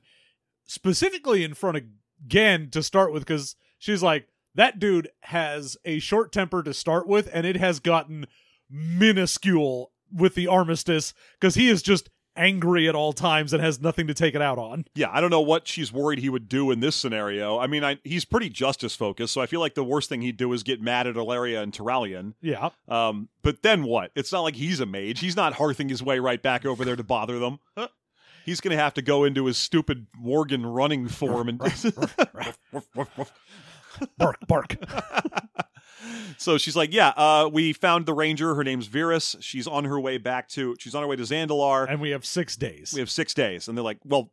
Speaker 3: specifically in front of Gen to start with, because she's like, that dude has a short temper to start with, and it has gotten minuscule with the armistice because he is just angry at all times and has nothing to take it out on.
Speaker 2: Yeah, I don't know what she's worried he would do in this scenario. I mean, I, he's pretty justice focused, so I feel like the worst thing he'd do is get mad at Ilaria and Terralion.
Speaker 3: Yeah.
Speaker 2: Um, but then what? It's not like he's a mage. He's not hearthing his way right back over there to bother them. He's gonna have to go into his stupid Worgen running form, and
Speaker 3: Bark, bark.
Speaker 2: so she's like, "Yeah, uh, we found the ranger. Her name's Virus. She's on her way back to. She's on her way to Zandalar.
Speaker 3: and we have six days.
Speaker 2: We have six days." And they're like, "Well,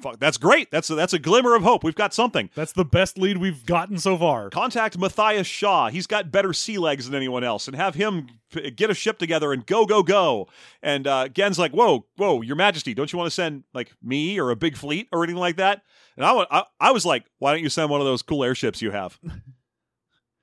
Speaker 2: fuck, that's great. That's a, that's a glimmer of hope. We've got something.
Speaker 3: That's the best lead we've gotten so far.
Speaker 2: Contact Matthias Shaw. He's got better sea legs than anyone else, and have him p- get a ship together and go, go, go. And uh, Gen's like, whoa, whoa, Your Majesty, don't you want to send like me or a big fleet or anything like that? And I, wa- I, I was like, why don't you send one of those cool airships you have?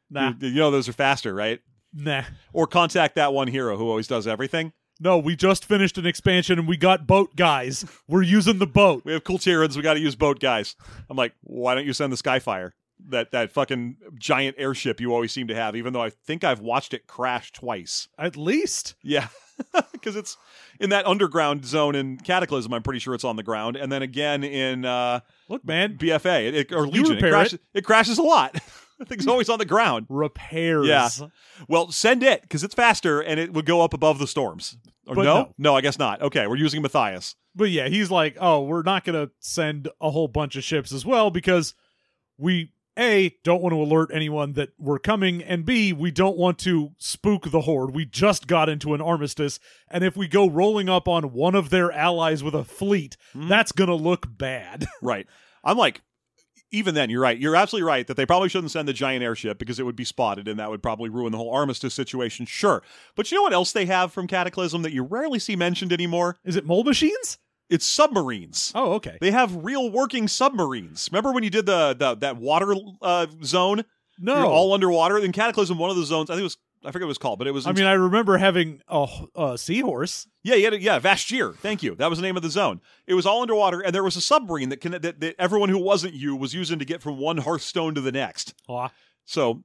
Speaker 3: Nah,
Speaker 2: You, you know those are faster, right?
Speaker 3: nah.
Speaker 2: Or contact that one hero who always does everything.
Speaker 3: No, we just finished an expansion and we got boat guys. We're using the boat.
Speaker 2: We have cool Tyrans. We got to use boat guys. I'm like, why don't you send the Skyfire? That that fucking giant airship you always seem to have, even though I think I've watched it crash twice.
Speaker 3: At least
Speaker 2: Yeah, because it's in that underground zone in Cataclysm. I'm pretty sure it's on the ground, and then again in uh,
Speaker 3: look, man,
Speaker 2: BFA it, it- or Legion. It
Speaker 3: repair
Speaker 2: crashes, it. crashes a lot. the thing's always on the ground.
Speaker 3: repairs.
Speaker 2: Yeah. Well, send it because it's faster and it would go up above the storms. Or
Speaker 3: But
Speaker 2: no?
Speaker 3: no.
Speaker 2: I guess not. Okay, we're using Matthias.
Speaker 3: But yeah, he's like, "Oh, we're not going to send a whole bunch of ships as well because we a don't want to alert anyone that we're coming and b we don't want to spook the horde. We just got into an armistice and if we go rolling up on one of their allies with a fleet,
Speaker 2: Hmm.
Speaker 3: that's going to look bad."
Speaker 2: Right. I'm like, even then, you're right. You're absolutely right that they probably shouldn't send the giant airship because it would be spotted and that would probably ruin the whole armistice situation. Sure. But you know what else they have from Cataclysm that you rarely see mentioned anymore?
Speaker 3: Is it mole machines?
Speaker 2: It's submarines.
Speaker 3: Oh, okay.
Speaker 2: They have real working submarines. Remember when you did the, the that water uh, zone? You're
Speaker 3: No.
Speaker 2: all underwater. In Cataclysm, one of the zones, I think it was, I forget what it was called, but it was.
Speaker 3: I mean, I remember having a, h- a seahorse.
Speaker 2: Yeah, yeah, yeah. Vashtir. Thank you. That was the name of the zone. It was all underwater, and there was a submarine that, can, that that everyone who wasn't you was using to get from one Hearthstone to the next.
Speaker 3: Aw.
Speaker 2: So,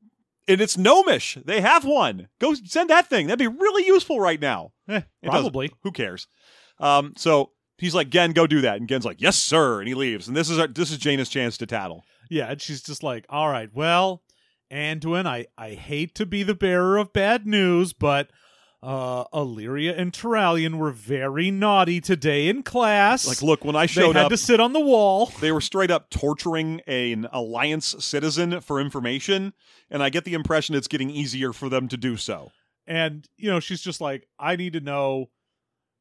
Speaker 2: and it's gnomish. They have one. Go send that thing. That'd be really useful right now.
Speaker 3: Eh,
Speaker 2: It doesn't-
Speaker 3: probably.
Speaker 2: Who cares? Um, so he's like, Gen, go do that, and Gen's like, Yes, sir, and he leaves. And this is our, this is Jaina's chance to tattle.
Speaker 3: Yeah, and she's just like, all right, well, Anduin, I, I hate to be the bearer of bad news, but uh, Illyria and Terralion were very naughty today in class.
Speaker 2: Like, look, when I
Speaker 3: they
Speaker 2: showed
Speaker 3: had
Speaker 2: up,
Speaker 3: to sit on the wall.
Speaker 2: they were straight up torturing an alliance citizen for information, and I get the impression it's getting easier for them to do so.
Speaker 3: And, you know, she's just like, I need to know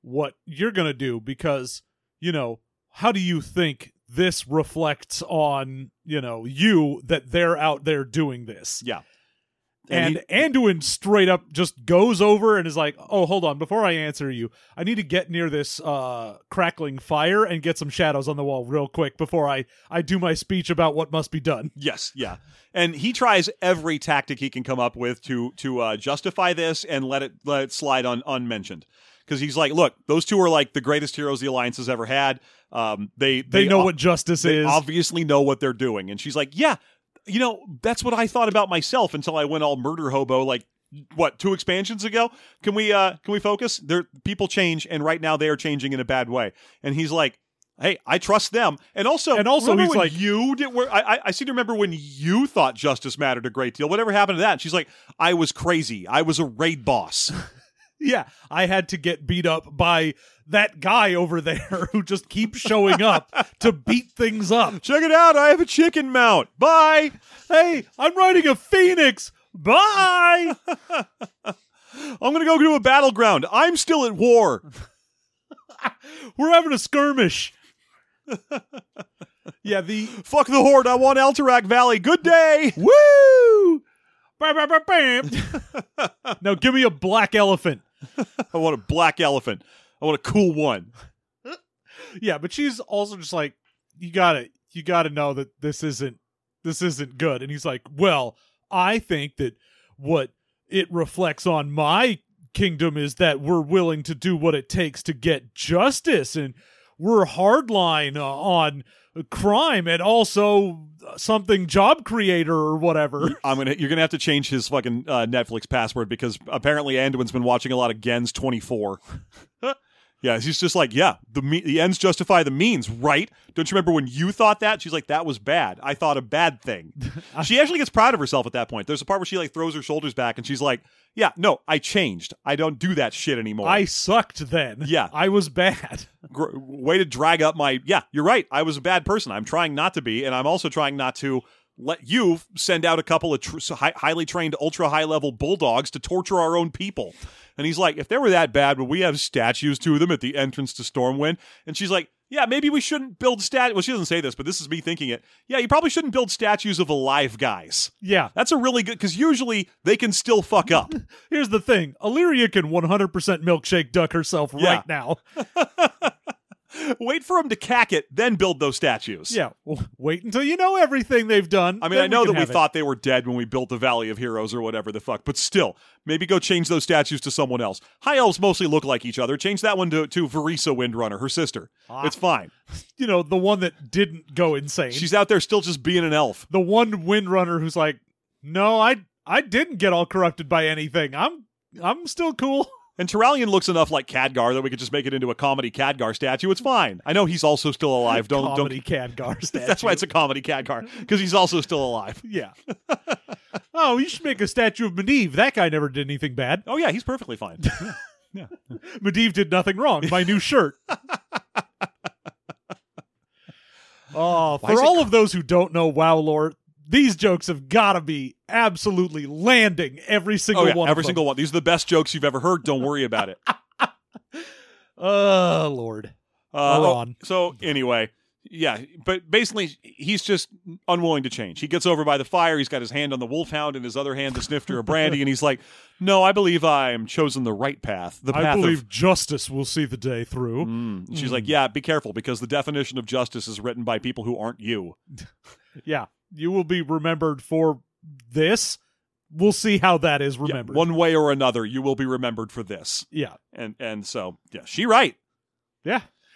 Speaker 3: what you're going to do because, you know, how do you think this reflects on, you know, you that they're out there doing this?
Speaker 2: Yeah.
Speaker 3: And,
Speaker 2: he-
Speaker 3: Anduin straight up just goes over and is like, "Oh, hold on, before I answer you, I need to get near this uh, crackling fire and get some shadows on the wall real quick before I I do my speech about what must be done."
Speaker 2: yes, yeah. And he tries every tactic he can come up with to to uh, justify this and let it let it slide on unmentioned. Because he's like, look, those two are like the greatest heroes the alliance has ever had. Um, they,
Speaker 3: They, know
Speaker 2: ob-
Speaker 3: what justice
Speaker 2: they
Speaker 3: is.
Speaker 2: obviously know what they're doing. And she's like, yeah, you know, that's what I thought about myself until I went all murder hobo like what two expansions ago can we uh can we focus there people change and right now they are changing in a bad way and he's like hey i trust them and also
Speaker 3: And also
Speaker 2: remember
Speaker 3: he's
Speaker 2: when
Speaker 3: like-
Speaker 2: you did where I, I i seem to remember when you thought justice mattered a great deal whatever happened to that and she's like i was crazy i was a raid boss
Speaker 3: yeah, I had to get beat up by that guy over there who just keeps showing up to beat things up.
Speaker 2: check it out i have a chicken mount bye
Speaker 3: Hey, I'm riding a phoenix. Bye.
Speaker 2: i'm gonna go to a battleground i'm still at war
Speaker 3: We're having a skirmish. yeah, the
Speaker 2: Fuck the horde. I want Alterac Valley. Good day.
Speaker 3: Woo! Bam, bam, bam, bam. now give me a black elephant.
Speaker 2: I want a black elephant. I want a cool one.
Speaker 3: Yeah, but she's also just like, you gotta, you gotta know that this isn't, this isn't good. And he's like, well, I think that what it reflects on my kingdom is that we're willing to do what it takes to get justice, and we're hardline uh, on crime, and also something job creator or whatever.
Speaker 2: I'm gonna. You're gonna have to change his fucking uh, Netflix password because apparently Anduin's been watching a lot of Gens 24. yeah, he's just like, yeah, the me- the ends justify the means, right? Don't you remember when you thought that? She's like, that was bad. I thought a bad thing. she actually gets proud of herself at that point. There's a part where she like throws her shoulders back and she's like, yeah, no, I changed. I don't do that shit anymore.
Speaker 3: I sucked then.
Speaker 2: Yeah.
Speaker 3: I was bad.
Speaker 2: gr- way to drag up my yeah you're right i was a bad person i'm trying not to be and i'm also trying not to let you send out a couple of tr- so hi- highly trained ultra high level bulldogs to torture our own people and he's like if they were that bad would we have statues to them at the entrance to stormwind and she's like yeah, maybe we shouldn't build stat. Well, she doesn't say this, but this is me thinking it. Yeah, you probably shouldn't build statues of alive guys.
Speaker 3: Yeah.
Speaker 2: That's a really good because usually they can still fuck up.
Speaker 3: Here's the thing Illyria can 100% milkshake duck herself
Speaker 2: Yeah.
Speaker 3: right now.
Speaker 2: Wait for them to cack it, then build those statues.
Speaker 3: Yeah. Well, wait until you know everything they've done.
Speaker 2: I mean,
Speaker 3: then
Speaker 2: I know that
Speaker 3: can
Speaker 2: we
Speaker 3: have it.
Speaker 2: thought they were dead when we built the Valley of Heroes or whatever the fuck, but still, maybe go change those statues to someone else. High elves mostly look like each other. Change that one to, to Verisa Windrunner, her sister.
Speaker 3: Ah.
Speaker 2: It's fine.
Speaker 3: you know, the one that didn't go insane.
Speaker 2: She's out there still just being an elf.
Speaker 3: the one windrunner who's like, "No, I I didn't get all corrupted by anything. I'm I'm still cool."
Speaker 2: And Terralion looks enough like Cadgar that we could just make it into a comedy Cadgar statue. It's fine. I know he's also still alive. Don't
Speaker 3: Comedy
Speaker 2: don't.
Speaker 3: Cadgar statue.
Speaker 2: That's why it's a comedy Cadgar because he's also still alive.
Speaker 3: yeah. oh, you should make a statue of Medivh. That guy never did anything bad.
Speaker 2: Oh yeah, he's perfectly fine.
Speaker 3: Medivh did nothing wrong. My new shirt. oh,
Speaker 2: is
Speaker 3: for
Speaker 2: it
Speaker 3: all of those who don't know WoW lore, these jokes have got to be absolutely landing every single
Speaker 2: oh yeah,
Speaker 3: one.
Speaker 2: every
Speaker 3: of
Speaker 2: single one. These are the best jokes you've ever heard. Don't worry about it.
Speaker 3: Them. Oh Lord.
Speaker 2: Uh,
Speaker 3: Or
Speaker 2: oh,
Speaker 3: on.
Speaker 2: So anyway, yeah, but basically he's just unwilling to change. He gets over by the fire. He's got his hand on the wolfhound and his other hand the snifter of brandy, and he's like, "No, I believe I'm chosen the right path. The path
Speaker 3: I believe
Speaker 2: of."
Speaker 3: justice will see the day through.
Speaker 2: Mm. And She's like, "Yeah, be careful because the definition of justice is written by people who aren't you."
Speaker 3: Yeah, you will be remembered for this. We'll see how that is
Speaker 2: Yeah,
Speaker 3: remembered. Yeah,
Speaker 2: one way or another, you will be remembered for this.
Speaker 3: yeah,
Speaker 2: And and so yeah, she right.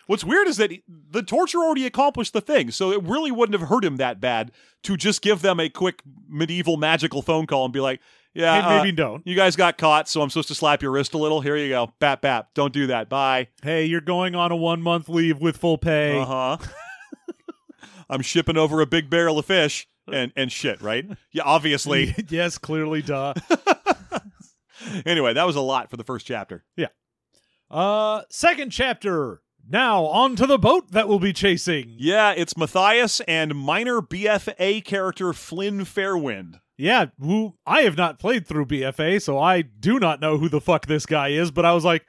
Speaker 2: What's weird is that he- the torture already accomplished the thing, so it really wouldn't have hurt him that bad to just give them a quick medieval magical phone call and be like, "Yeah,
Speaker 3: Hey,
Speaker 2: uh,
Speaker 3: maybe don't.
Speaker 2: you guys got caught, so I'm supposed to slap your wrist a little. Here you go, bap bap. Don't do that. Bye.
Speaker 3: Hey, you're going on a one month leave with full pay.
Speaker 2: Uh huh. I'm shipping over a big barrel of fish and and shit, right? Yeah, obviously.
Speaker 3: yes, clearly, duh.
Speaker 2: anyway, that was a lot for the first chapter.
Speaker 3: uh, second chapter. Now on to the boat that we'll be chasing.
Speaker 2: Yeah, it's Matthias and minor BFA character Flynn Fairwind.
Speaker 3: Yeah, who I have not played through BFA, so I do not know who the fuck this guy is, but I was like,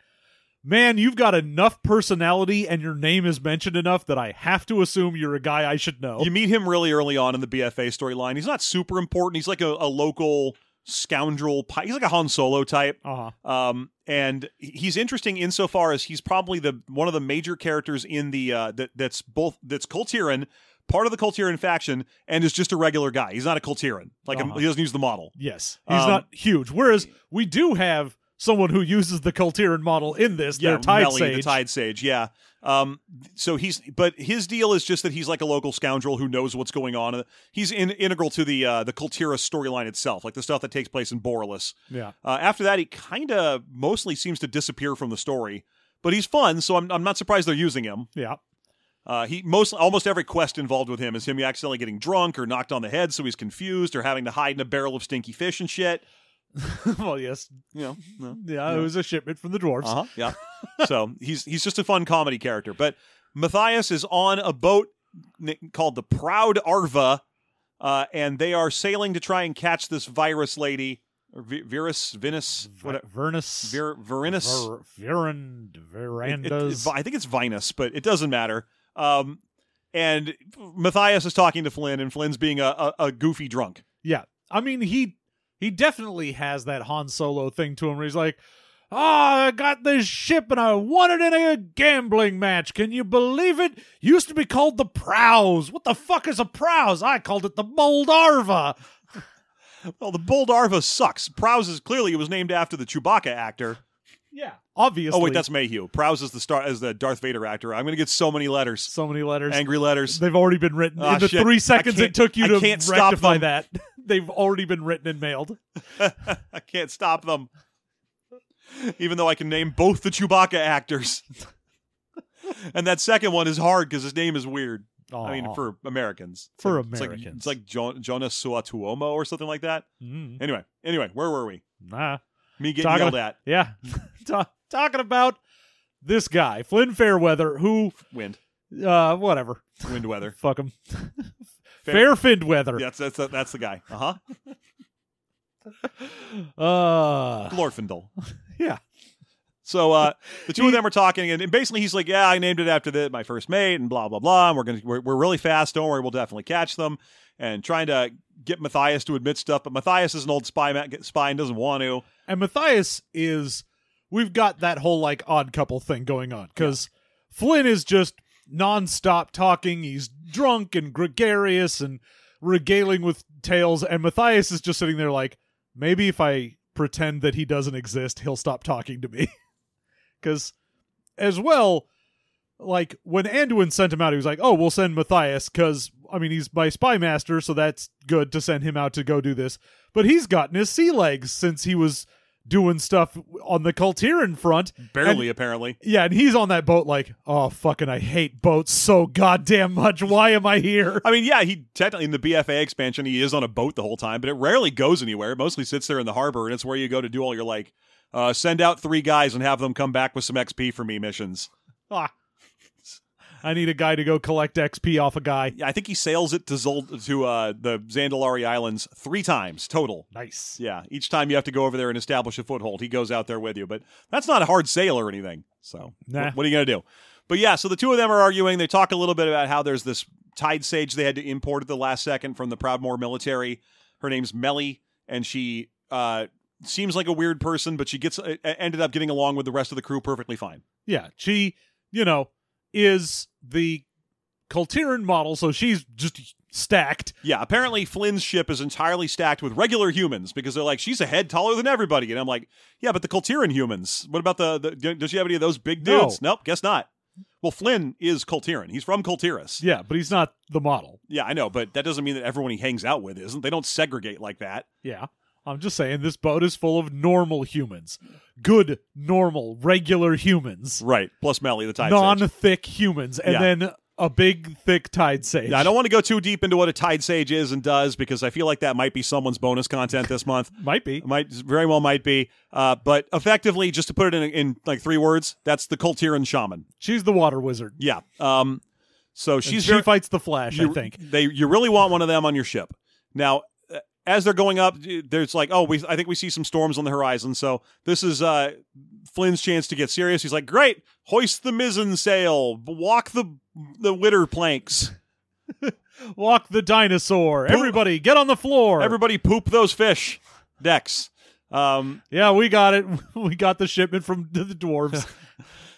Speaker 3: man, you've got enough personality and your name is mentioned enough that I have to assume you're a guy I should know.
Speaker 2: You meet him really early on in the BFA storyline. He's not super important. He's like a, a local scoundrel. Pi- he's like a Han Solo type.
Speaker 3: uh-huh.
Speaker 2: Um, and he- he's interesting insofar as he's probably the one of the major characters in the uh, that that's both that's Coltiran, part of the Coltiran faction, and is just a regular guy. He's not a Coltiran. Like a-
Speaker 3: Uh-huh.
Speaker 2: he doesn't use the model.
Speaker 3: Yes, he's
Speaker 2: Um,
Speaker 3: not huge. Whereas we do have someone who uses the Coltiran model in this. their Tide
Speaker 2: Melly, the
Speaker 3: Sage.
Speaker 2: Tide Sage, yeah. Um, so he's, but his deal is just that he's like a local scoundrel who knows what's going on. He's in, integral to the uh, the Kultira storyline itself, like the stuff that takes place in Borealis.
Speaker 3: Yeah,
Speaker 2: Uh, after that, he kind of mostly seems to disappear from the story, but he's fun, so I'm, I'm not surprised they're using him.
Speaker 3: yeah,
Speaker 2: Uh, he most almost every quest involved with him is him accidentally getting drunk or knocked on the head, so he's confused or having to hide in a barrel of stinky fish and shit.
Speaker 3: well, yes,
Speaker 2: You know, no.
Speaker 3: yeah. It
Speaker 2: Yeah.
Speaker 3: was a shipment from the dwarfs.
Speaker 2: Uh-huh. Yeah. so he's he's just a fun comedy character. But Matthias is on a boat n- called the Proud Arva, uh, and they are sailing to try and catch this virus lady, or vi- virus, Venus,
Speaker 3: What
Speaker 2: what,
Speaker 3: Vernus,
Speaker 2: vir, Virinus.
Speaker 3: Ver- Verand,
Speaker 2: It- it-
Speaker 3: Verandas.
Speaker 2: I think it's Vinus, but it doesn't matter. Um, and Matthias is talking to Flynn, and Flynn's being a, a, a goofy drunk.
Speaker 3: yeah, I mean he he definitely has that Han Solo thing to him where he's like. Oh, I got this ship and I won it in a gambling match. Can you believe it? Used to be called the Prows. What the fuck is a Prows? I called it the Moldarva.
Speaker 2: Well, the Bold Arva sucks. Prowse is clearly it was named after the Chewbacca actor.
Speaker 3: Yeah. Obviously.
Speaker 2: Oh wait, that's Mayhew. Prowse is the star as the Darth Vader actor. I'm gonna get so many letters,
Speaker 3: so many letters.
Speaker 2: angry letters.
Speaker 3: They've already been written
Speaker 2: Ah,
Speaker 3: in the
Speaker 2: shit. I
Speaker 3: three seconds it
Speaker 2: can't-
Speaker 3: took you
Speaker 2: I
Speaker 3: to
Speaker 2: can't stop
Speaker 3: rectify
Speaker 2: them.
Speaker 3: that. They've already been written and mailed.
Speaker 2: I can't stop them, even though I can name both the Chewbacca actors. and that second one is hard because his name is weird. I mean,
Speaker 3: Aw.
Speaker 2: for Americans, It's
Speaker 3: For
Speaker 2: like- it's like-
Speaker 3: Americans.
Speaker 2: it's like, jo- Jonas Suatuomo or something like that.
Speaker 3: Mm,
Speaker 2: Anyway, anyway, where were we?
Speaker 3: nah,
Speaker 2: Me getting
Speaker 3: Talking-
Speaker 2: yelled at.
Speaker 3: yeah, Ta- talking about this guy Flynn Fairweather, who,
Speaker 2: Wind,
Speaker 3: uh, whatever,
Speaker 2: wind weather.
Speaker 3: fuck him,
Speaker 2: Fair-
Speaker 3: Fair Findweather.
Speaker 2: Yeah, that's that's, that's the guy. Uh huh.
Speaker 3: Uh,
Speaker 2: Glorfindel.
Speaker 3: yeah,
Speaker 2: So uh, the two of them are talking, and, and basically he's like, "Yeah, I named it after the, my first mate, and blah blah blah. And we're gonna we're, we're really fast. Don't worry, we'll definitely catch them." And trying to get Matthias to admit stuff, but Matthias is an old spy ma- spy and doesn't want to.
Speaker 3: And Matthias is we've got that whole like odd couple thing going on because Flynn is just nonstop talking. He's drunk and gregarious and regaling with tales, and Matthias is just sitting there like, maybe if I pretend that he doesn't exist, he'll stop talking to me. Because as well, like when Anduin sent him out, he was like, oh, we'll send Matthias because. I mean, he's my spy master, so that's good to send him out to go do this. But he's gotten his sea legs since he was doing stuff on the Kultiran front.
Speaker 2: Barely, apparently.
Speaker 3: Yeah, and he's on that boat like, oh fucking, I hate boats so goddamn much. Why am I here?
Speaker 2: I mean, yeah, he technically in the BFA expansion, he is on a boat the whole time, but it rarely goes anywhere. It mostly sits there in the harbor, and it's where you go to do all your like, uh, send out three guys and have them come back with some XP for me missions.
Speaker 3: Ah. I need a guy to go collect XP off a guy.
Speaker 2: Yeah, I think he sails it to Zold- to uh, the Zandalari Islands three times total.
Speaker 3: Nice.
Speaker 2: Yeah, each time you have to go over there and establish a foothold, he goes out there with you. But that's not a hard sail or anything. So
Speaker 3: Nah.
Speaker 2: what are you going to do? But yeah, so the two of them are arguing. They talk a little bit about how there's this tide sage they had to import at the last second from the Proudmoore military. Her name's Melly, and she uh, seems like a weird person, but she gets uh, ended up getting along with the rest of the crew perfectly fine.
Speaker 3: Yeah, she, you know, is the Kultiran model, so she's just stacked.
Speaker 2: Yeah, apparently Flynn's ship is entirely stacked with regular humans because they're like, she's a head taller than everybody. And I'm like, yeah, but the Coltiran humans. What about the, the do- does she have any of those big
Speaker 3: No.
Speaker 2: dudes? Nope, guess not. Well, Flynn is Coltiran. He's from Coltiris.
Speaker 3: Yeah, but he's not the model.
Speaker 2: Yeah, I know, but that doesn't mean that everyone he hangs out with isn't. They don't segregate like that.
Speaker 3: Yeah. I'm just saying this boat is full of normal humans. Good, normal, regular humans.
Speaker 2: Right. Plus Melly, the tide sage.
Speaker 3: non-thick humans, and
Speaker 2: Yeah.
Speaker 3: then a big thick tide sage.
Speaker 2: Yeah, I don't want to go too deep into what a tide sage is and does because I feel like that might be someone's bonus content this month.
Speaker 3: Might be.
Speaker 2: might very well might be. Uh, but effectively, just to put it in, in like three words, that's the Coltiran shaman.
Speaker 3: She's the water wizard.
Speaker 2: Yeah. Um. So she's
Speaker 3: she
Speaker 2: very-
Speaker 3: fights the Flash,
Speaker 2: you,
Speaker 3: I think.
Speaker 2: they you really want one of them on your ship. Now, uh, as they're going up, there's like, oh, we I think we see some storms on the horizon. So this is uh Flynn's chance to get serious. He's like, great, hoist the mizzen sail, walk the the witter planks,
Speaker 3: Walk the dinosaur. Everybody, get on the floor.
Speaker 2: everybody poop those fish decks. Um.
Speaker 3: yeah, we got it. we got the shipment from the the dwarves.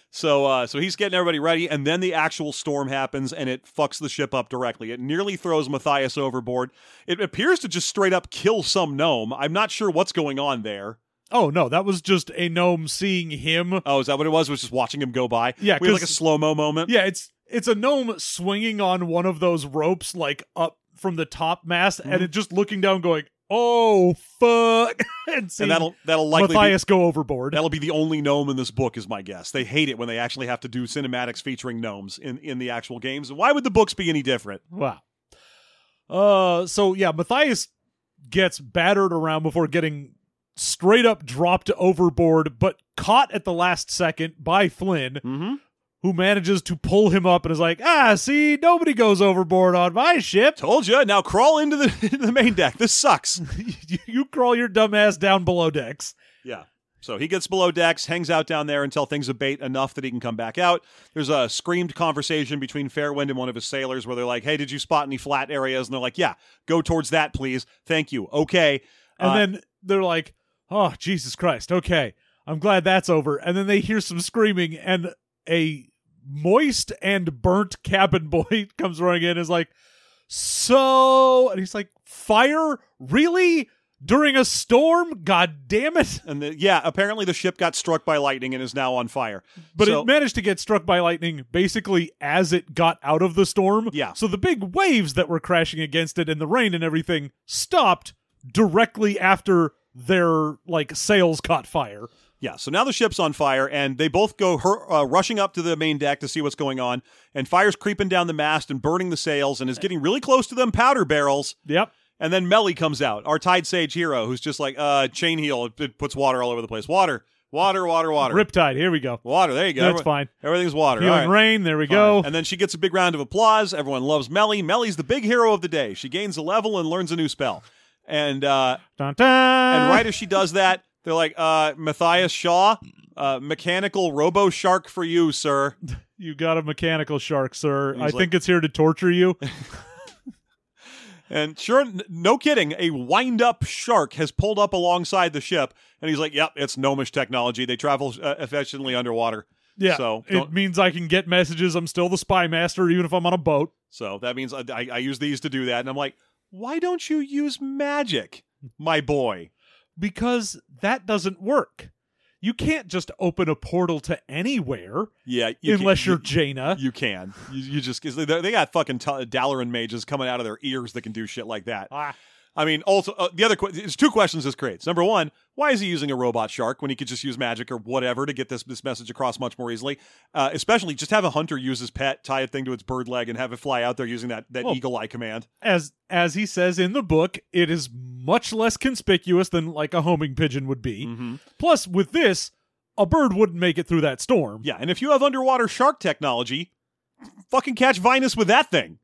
Speaker 2: So uh, so he's getting everybody ready, and then the actual storm happens, and it fucks the ship up directly. It nearly throws Matthias overboard. It appears to just straight up kill some gnome. I'm not sure what's going on there.
Speaker 3: oh no, that was just a gnome seeing him.
Speaker 2: Oh, is that what it was? It was just watching him go by.
Speaker 3: Yeah,
Speaker 2: we had
Speaker 3: 'cause-
Speaker 2: like a slow mo moment.
Speaker 3: Yeah, it's it's a gnome swinging on one of those ropes like up from the top mast,
Speaker 2: Mm-hmm.
Speaker 3: and it just looking down, going, "Oh fuck," and seeing
Speaker 2: and that'll that'll likely be,
Speaker 3: Matthias go overboard.
Speaker 2: that'll be the only gnome in this book, is my guess. They hate it when they actually have to do cinematics featuring gnomes in in the actual games. Why would the books be any different?
Speaker 3: Wow. Uh, so yeah, Matthias gets battered around before getting straight up dropped overboard, but caught at the last second by Flynn,
Speaker 2: Mm-hmm.
Speaker 3: who manages to pull him up and is like, "Ah, see, nobody goes overboard on my ship.
Speaker 2: Told you. Now crawl into the into the main deck. This sucks.
Speaker 3: you, you crawl your dumb ass down below decks."
Speaker 2: Yeah. So he gets below decks, hangs out down there until things abate enough that he can come back out. There's a screamed conversation between Fairwind and one of his sailors where they're like, Hey, did you spot any flat areas? And they're like, Yeah, go towards that, please. Thank you. Okay.
Speaker 3: And
Speaker 2: Uh,
Speaker 3: then they're like, "Oh, Jesus Christ. Okay. I'm glad that's over." And then they hear some screaming and a moist and burnt cabin boy comes running in and is like, "So?" And he's like, "Fire? Really? During a storm? God damn it."
Speaker 2: Uh, And the, yeah, apparently the ship got struck by lightning and is now on fire.
Speaker 3: But
Speaker 2: So-
Speaker 3: it managed to get struck by lightning basically as it got out of the storm.
Speaker 2: Yeah.
Speaker 3: So the big waves that were crashing against it and the rain and everything stopped directly after their like sails caught fire.
Speaker 2: Yeah, so now the ship's on fire, and they both go hur- uh, rushing up to the main deck to see what's going on. And fire's creeping down the mast and burning the sails, and is getting really close to them powder barrels.
Speaker 3: Yep.
Speaker 2: And then Melly comes out, our Tide Sage hero, who's just like, uh, chain heel. It, it puts water all over the place. Water, water, water, water.
Speaker 3: Riptide. Here we go.
Speaker 2: Water, there you go.
Speaker 3: That's
Speaker 2: Every-
Speaker 3: fine.
Speaker 2: Everything's water.
Speaker 3: Healing
Speaker 2: all right.
Speaker 3: rain. There we
Speaker 2: Fine.
Speaker 3: go.
Speaker 2: And then she gets a big round of applause. Everyone loves Melly. Melly's the big hero of the day. She gains a level and learns a new spell. And uh,
Speaker 3: Dun, dun.
Speaker 2: and right as she does that, they're like, uh, Matthias Shaw, Uh, mechanical robo shark for you, sir.
Speaker 3: You got a mechanical shark, sir.
Speaker 2: He's
Speaker 3: I
Speaker 2: like-
Speaker 3: think it's here to torture you.
Speaker 2: And sure, n- no kidding, a wind up shark has pulled up alongside the ship, and he's like, "Yep, it's gnomish technology. They travel uh, efficiently underwater."
Speaker 3: Yeah.
Speaker 2: So
Speaker 3: it
Speaker 2: don't-
Speaker 3: means I can get messages. I'm still the spy master, even if I'm on a boat.
Speaker 2: So that means I, I, I use these to do that, and I'm like, "Why don't you use magic, my boy?"
Speaker 3: Because that doesn't work. You can't just open a portal to anywhere
Speaker 2: Yeah, you can-
Speaker 3: unless
Speaker 2: you-
Speaker 3: you're Jaina.
Speaker 2: you can. You, you just 'cause they, they got fucking t- Dalaran mages coming out of their ears that can do shit like that.
Speaker 3: Ah.
Speaker 2: I mean, also uh, the other que- there's two questions this creates. Number one, why is he using a robot shark when he could just use magic or whatever to get this this message across much more easily? Uh, especially, just have a hunter use his pet, tie a thing to its bird leg, and have it fly out there using that that
Speaker 3: Well-
Speaker 2: eagle eye command.
Speaker 3: As as he says in the book, it is much less conspicuous than like a homing pigeon would be.
Speaker 2: Mm-hmm.
Speaker 3: Plus, with this, a bird wouldn't make it through that storm.
Speaker 2: Yeah, and if you have underwater shark technology, fucking catch Vinus with that thing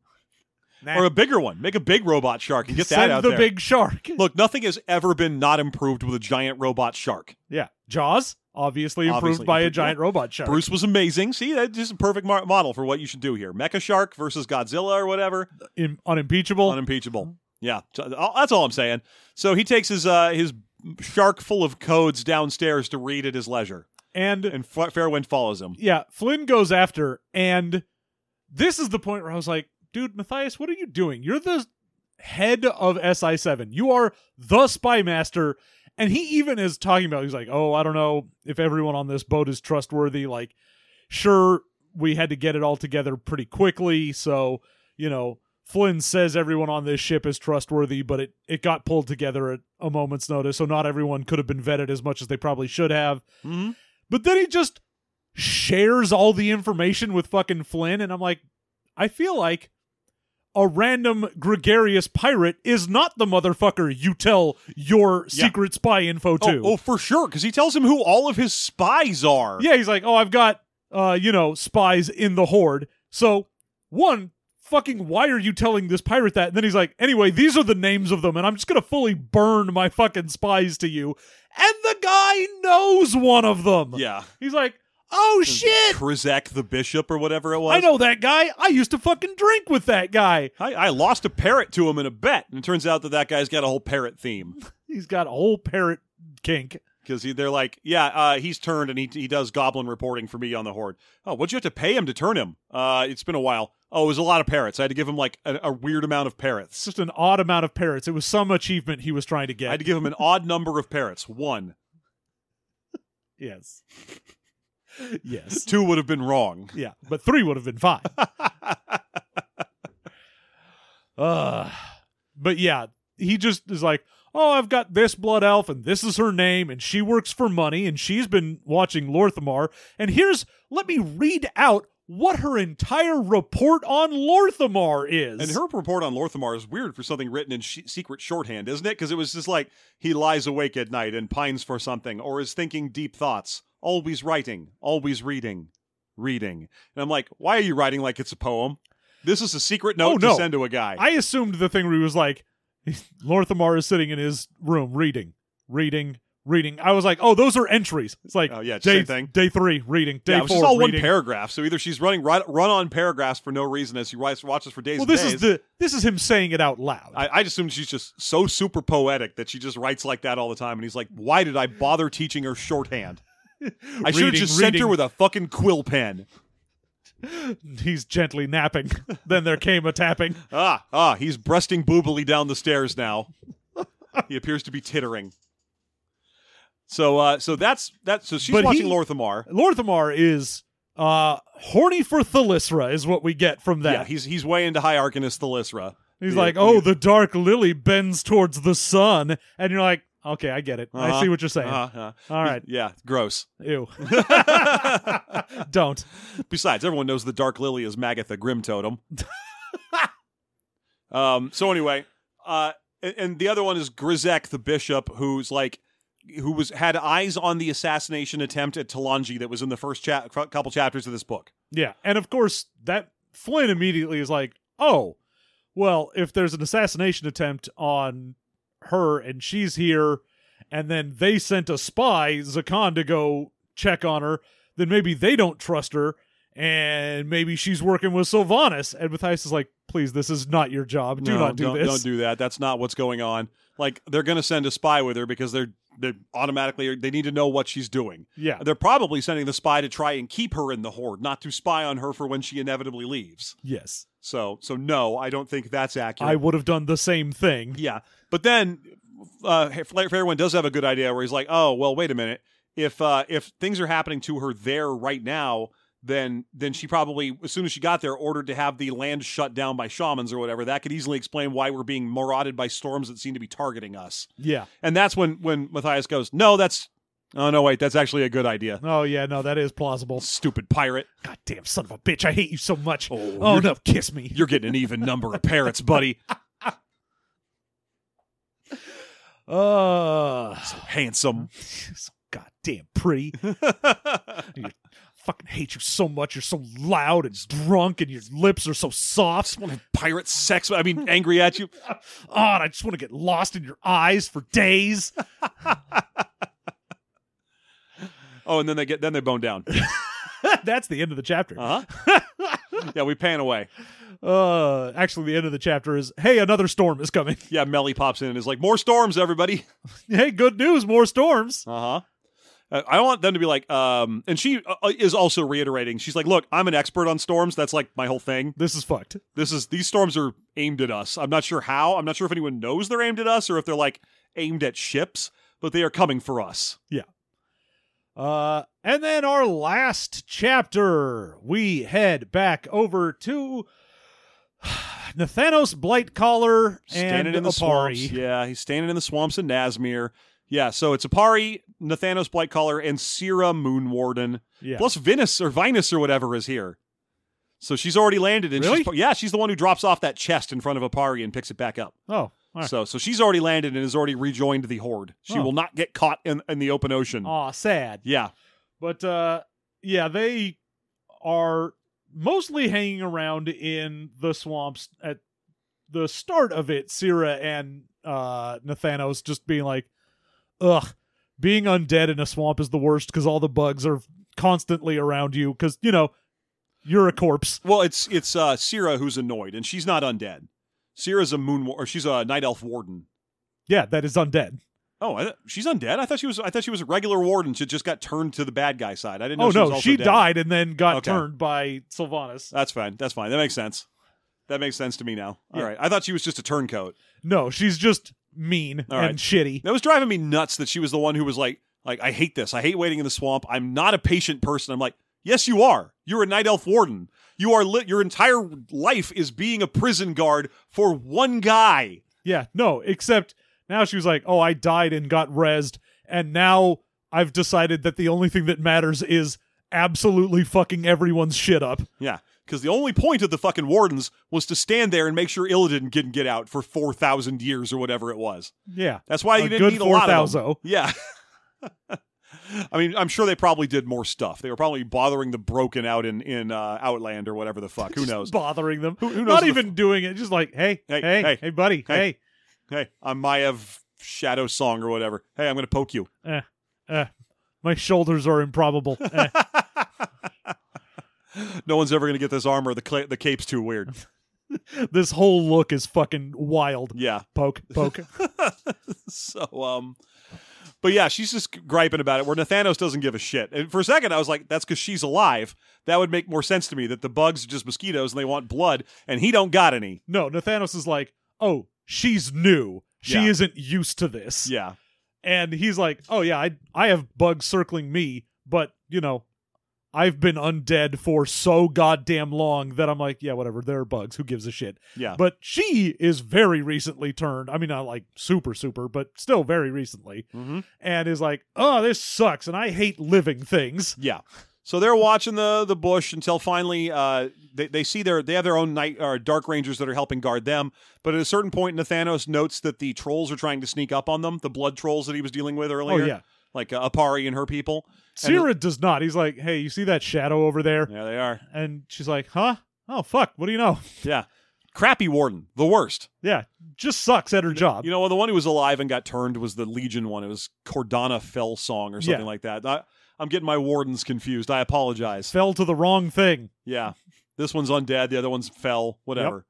Speaker 3: Nah.
Speaker 2: or a bigger one. Make a big robot shark and get
Speaker 3: Send
Speaker 2: that out
Speaker 3: the
Speaker 2: there.
Speaker 3: big shark.
Speaker 2: Look, nothing has ever been not improved with a giant robot shark.
Speaker 3: Yeah. Jaws, obviously improved
Speaker 2: Obviously
Speaker 3: by a
Speaker 2: improved,
Speaker 3: giant robot shark.
Speaker 2: Bruce was amazing. See, that's just a perfect mar- model for what you should do here. Mecha Shark versus Godzilla or whatever.
Speaker 3: Im- unimpeachable.
Speaker 2: Unimpeachable. Yeah, so, uh, that's all I'm saying. So he takes his uh, his shark full of codes downstairs to read at his leisure,
Speaker 3: and
Speaker 2: and F- Fairwind follows him.
Speaker 3: yeah, Flynn goes after, and this is the point where I was like, dude, Matthias, what are you doing? You're the head of SI7. You are the spy master. And he even is talking about, he's like, oh, I don't know if everyone on this boat is trustworthy. Like, sure, we had to get it all together pretty quickly. So, you know, Flynn says everyone on this ship is trustworthy, but it, it got pulled together at a moment's notice. So not everyone could have been vetted as much as they probably should have.
Speaker 2: Mm-hmm.
Speaker 3: But then he just shares all the information with fucking Flynn, and I'm like, I feel like a random gregarious pirate is not the motherfucker you tell your
Speaker 2: Yeah.
Speaker 3: secret spy info to.
Speaker 2: Oh, oh, for sure, because he tells him who all of his spies are.
Speaker 3: Yeah, he's like, oh, I've got, uh, you know, spies in the horde. So, one, fucking, why are you telling this pirate that? And then he's like, anyway, these are the names of them, and I'm just gonna fully burn my fucking spies to you. And the guy knows one of them.
Speaker 2: yeah.
Speaker 3: He's like, oh shit,
Speaker 2: Krizek the bishop or whatever it was.
Speaker 3: I know that guy. I used to fucking drink with that guy.
Speaker 2: I, I lost a parrot to him in a bet, and it turns out that that guy's got a whole parrot theme.
Speaker 3: He's got a whole parrot kink.
Speaker 2: because they're like, yeah, uh, he's turned and he he does goblin reporting for me on the horde. Oh, what'd you have to pay him to turn him? Uh, it's been a while. Oh, it was a lot of parrots. I had to give him like a, a weird amount of
Speaker 3: It's
Speaker 2: parrots.
Speaker 3: just an odd amount of parrots. It was some achievement he was trying to
Speaker 2: I
Speaker 3: get.
Speaker 2: had to give him an odd number of parrots. One,
Speaker 3: yes. yes.
Speaker 2: two would have been wrong.
Speaker 3: Yeah. But three would have been fine. Ugh. But yeah, he just is like, oh, I've got this blood elf, and this is her name, and she works for money, and she's been watching Lorthamar. And here's, let me read out what her entire report on Lorthamar is.
Speaker 2: And her report on Lorthamar is weird for something written in sh- secret shorthand, isn't it? Because it was just like he lies awake at night and pines for something, or is thinking deep thoughts, always writing, always reading, reading. And I'm like, why are you writing like it's a poem? This is a secret note
Speaker 3: Oh, no.
Speaker 2: to send to a guy.
Speaker 3: I assumed the thing where he was like, Lorthamar is sitting in his room reading, reading, reading. I was like, oh, those are entries. It's like,
Speaker 2: Oh, yeah,
Speaker 3: day,
Speaker 2: same thing.
Speaker 3: day three, reading, day
Speaker 2: yeah, it
Speaker 3: four,
Speaker 2: was just all
Speaker 3: reading.
Speaker 2: one paragraph. So either she's running right, run on paragraphs for no reason as she writes, watches for days.
Speaker 3: well,
Speaker 2: and
Speaker 3: this
Speaker 2: days.
Speaker 3: is the this is him saying it out loud.
Speaker 2: I, I assume she's just so super poetic that she just writes like that all the time. And he's like, why did I bother teaching her shorthand? I should have
Speaker 3: Reading,
Speaker 2: just sent her
Speaker 3: reading.
Speaker 2: with a fucking quill pen.
Speaker 3: He's gently napping. then there came a tapping.
Speaker 2: Ah, ah, he's breasting boobily down the stairs now. he appears to be tittering. So, uh, so that's that's so she's
Speaker 3: But
Speaker 2: watching
Speaker 3: he-
Speaker 2: Lorthamar.
Speaker 3: Lorthamar is uh horny for Thalysra is what we get from
Speaker 2: Yeah,
Speaker 3: that.
Speaker 2: he's he's way into High Arcanist Thalisra.
Speaker 3: He's
Speaker 2: Yeah,
Speaker 3: like, "Oh, the dark lily bends towards the sun." And you're like, "Okay, I get it. I
Speaker 2: Uh-huh,
Speaker 3: see what you're saying."
Speaker 2: uh-huh.
Speaker 3: All right.
Speaker 2: Yeah, gross.
Speaker 3: Ew. Don't.
Speaker 2: Besides, everyone knows the Dark Lily is Magath the Grim Totem. um, so anyway, uh, and, and the other one is Grizek the Bishop, who's like, who was had eyes on the assassination attempt at Talanji that was in the first cha- cr- couple chapters of this book.
Speaker 3: Yeah. And of course, that Flynn immediately is like, oh, well, if there's an assassination attempt on her and she's here, and then they sent a spy, Zakan, to go check on her, then maybe they don't trust her, and maybe she's working with Sylvanas. And Matthias is like, please, this is not your job. Do
Speaker 2: No,
Speaker 3: not do
Speaker 2: not
Speaker 3: this.
Speaker 2: Don't do that. That's not what's going on. Like they're going to send a spy with her because they're they automatically they need to know what she's doing.
Speaker 3: yeah.
Speaker 2: They're probably sending the spy to try and keep her in the horde, not to spy on her for when she inevitably leaves.
Speaker 3: Yes.
Speaker 2: So so no, I don't think that's accurate.
Speaker 3: I would have done the same thing.
Speaker 2: Yeah, but then uh, Flair Fairwind does have a good idea where he's like, "Oh, well, wait a minute. If uh, if things are happening to her there right now, then then she probably as soon as she got there ordered to have the land shut down by shamans or whatever. That could easily explain why we're being marauded by storms that seem to be targeting us.
Speaker 3: Yeah.
Speaker 2: And that's when when Matthias goes, "No, that's oh no, wait, that's actually a good idea.
Speaker 3: Oh, yeah. No, that is plausible.
Speaker 2: Stupid pirate,
Speaker 3: God damn son of a bitch. I hate you so much.
Speaker 2: Oh,
Speaker 3: Oh,
Speaker 2: you're-
Speaker 3: no. Kiss me.
Speaker 2: you're getting an even number of parrots, buddy.
Speaker 3: Uh,
Speaker 2: So handsome."
Speaker 3: so goddamn pretty. Fucking hate you so much. You're so loud and drunk, and your lips are so soft.
Speaker 2: Pirate sex. I mean, angry at you.
Speaker 3: Oh, and I just want to get lost in your eyes for days.
Speaker 2: Oh, and then they get then they bone down.
Speaker 3: That's the end of the chapter.
Speaker 2: Uh huh. yeah, we pan away.
Speaker 3: Uh, actually, the end of the chapter is hey, another storm is coming.
Speaker 2: Yeah, Melly pops in and is like, "More storms, everybody."
Speaker 3: hey, good news, more storms.
Speaker 2: Uh-huh. Uh I want them to be like, um, and she uh, is also reiterating. She's like, "Look, I'm an expert on storms. That's like my whole thing.
Speaker 3: This is fucked.
Speaker 2: This is these storms are aimed at us. I'm not sure how. I'm not sure if anyone knows they're aimed at us or if they're like aimed at ships, but they are coming for us."
Speaker 3: Uh, and then our last chapter, we head back over to Nathanos Blightcaller and
Speaker 2: Standing in the swamps.
Speaker 3: Apari.
Speaker 2: Yeah, he's standing in the swamps in Nazmir. Yeah, so it's Apari, Nathanos Blightcaller, and Sira Moonwarden.
Speaker 3: Yeah.
Speaker 2: Plus Venus or Vinus or whatever is here. So she's already landed and
Speaker 3: Really?
Speaker 2: she's yeah, she's the one who drops off that chest in front of Apari and picks it back up.
Speaker 3: oh, all right.
Speaker 2: So so she's already landed and has already rejoined the horde. She
Speaker 3: Oh.
Speaker 2: will not get caught in, in the open ocean.
Speaker 3: Aw, sad.
Speaker 2: Mm-hmm. Yeah.
Speaker 3: But uh yeah, they are mostly hanging around in the swamps at the start of it, Sira and uh Nathanos just being like, Ugh, being undead in a swamp is the worst because all the bugs are constantly around you because, you know, you're a corpse.
Speaker 2: Well, it's it's uh Sira who's annoyed and she's not undead. Sira's a moon war- or she's a night elf warden.
Speaker 3: Yeah, that is undead.
Speaker 2: Oh, I th- she's undead. I thought she was. I thought she was a regular warden. She just got turned to the bad guy side. I didn't know.
Speaker 3: oh
Speaker 2: she was
Speaker 3: no,
Speaker 2: also
Speaker 3: she
Speaker 2: dead.
Speaker 3: died and then got
Speaker 2: Okay.
Speaker 3: turned by Sylvanas.
Speaker 2: That's fine. That's fine. That makes sense. That makes sense to me now. All right.
Speaker 3: Yeah.
Speaker 2: I thought she was just a turncoat.
Speaker 3: No, she's just mean
Speaker 2: All
Speaker 3: and
Speaker 2: right.
Speaker 3: shitty.
Speaker 2: That was driving me nuts that she was the one who was like, like, I hate this. I hate waiting in the swamp. I'm not a patient person. I'm like, yes, you are. You're a night elf warden. You are lit. Your entire life is being a prison guard for one guy.
Speaker 3: Yeah, no, except now she was like, oh, I died and got rezzed, and now I've decided that the only thing that matters is absolutely fucking everyone's shit up.
Speaker 2: Yeah. Because the only point of the fucking wardens was to stand there and make sure Illidan didn't get out for 4,000 years or whatever it was.
Speaker 3: Yeah.
Speaker 2: That's why you
Speaker 3: a
Speaker 2: didn't
Speaker 3: good
Speaker 2: need a lot of them.
Speaker 3: 4,000.
Speaker 2: Yeah. I mean, I'm sure they probably did more stuff. They were probably bothering the broken out in in uh, Outland or whatever the fuck. Who
Speaker 3: Just
Speaker 2: knows?
Speaker 3: Bothering them.
Speaker 2: Who- who knows
Speaker 3: Not
Speaker 2: if the-
Speaker 3: even doing it. Just like, hey,
Speaker 2: Hey,
Speaker 3: hey, hey,
Speaker 2: hey,
Speaker 3: hey, buddy,
Speaker 2: hey.
Speaker 3: hey.
Speaker 2: Hey, I'm Mayav Shadow Song or whatever. Hey, I'm going to poke you.
Speaker 3: My shoulders are improbable. Eh.
Speaker 2: No one's ever going to get this armor. The cla the cape's too weird.
Speaker 3: this whole look is fucking wild.
Speaker 2: Yeah.
Speaker 3: Poke, poke.
Speaker 2: So um but yeah, she's just griping about it where Nathanos doesn't give a shit. And for a second I was like that's cuz she's alive. That would make more sense to me that the bugs are just mosquitoes and they want blood and he don't got any.
Speaker 3: no, Nathanos is like, oh, she's new. She
Speaker 2: Yeah.
Speaker 3: isn't used to this.
Speaker 2: Yeah.
Speaker 3: and he's like, "Oh yeah, I I have bugs circling me, but you know, I've been undead for so goddamn long that I'm like, yeah, whatever. There are bugs. Who gives a shit?"
Speaker 2: Yeah.
Speaker 3: But she is very recently turned. I mean, not like super super, but still very recently,
Speaker 2: Mhm.
Speaker 3: and is like, "Oh, this sucks, and I hate living things."
Speaker 2: Yeah. So they're watching the the bush until finally uh, they they see their they have their own night or dark rangers that are helping guard them. But at a certain point, Nathanos notes that the trolls are trying to sneak up on them. The blood trolls that he was dealing with earlier.
Speaker 3: Oh yeah,
Speaker 2: like uh, Apari and her people.
Speaker 3: Sira does not. He's like, "Hey, you see that shadow over there?"
Speaker 2: Yeah, they are.
Speaker 3: And she's like, "Huh? Oh fuck, what do you know?"
Speaker 2: Yeah, crappy warden, the worst.
Speaker 3: Yeah, just sucks at her job.
Speaker 2: You know, the one who was alive and got turned was the Legion one. It was Cordana Fell Song or something
Speaker 3: Yeah.
Speaker 2: like that. I, I'm getting my wardens confused. I apologize.
Speaker 3: Fell to the wrong thing.
Speaker 2: Yeah. This one's undead. The other one's fell, whatever.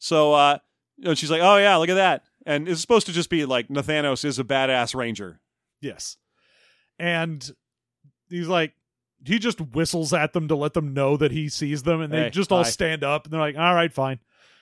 Speaker 2: So uh, you know, she's like, oh, yeah, look at that. And it's supposed to just be like Nathanos is a badass ranger.
Speaker 3: Yes. And he's like, he just whistles at them to let them know that he sees them, and they
Speaker 2: Hey,
Speaker 3: just all
Speaker 2: hi.
Speaker 3: stand up, and they're like, "All right, fine."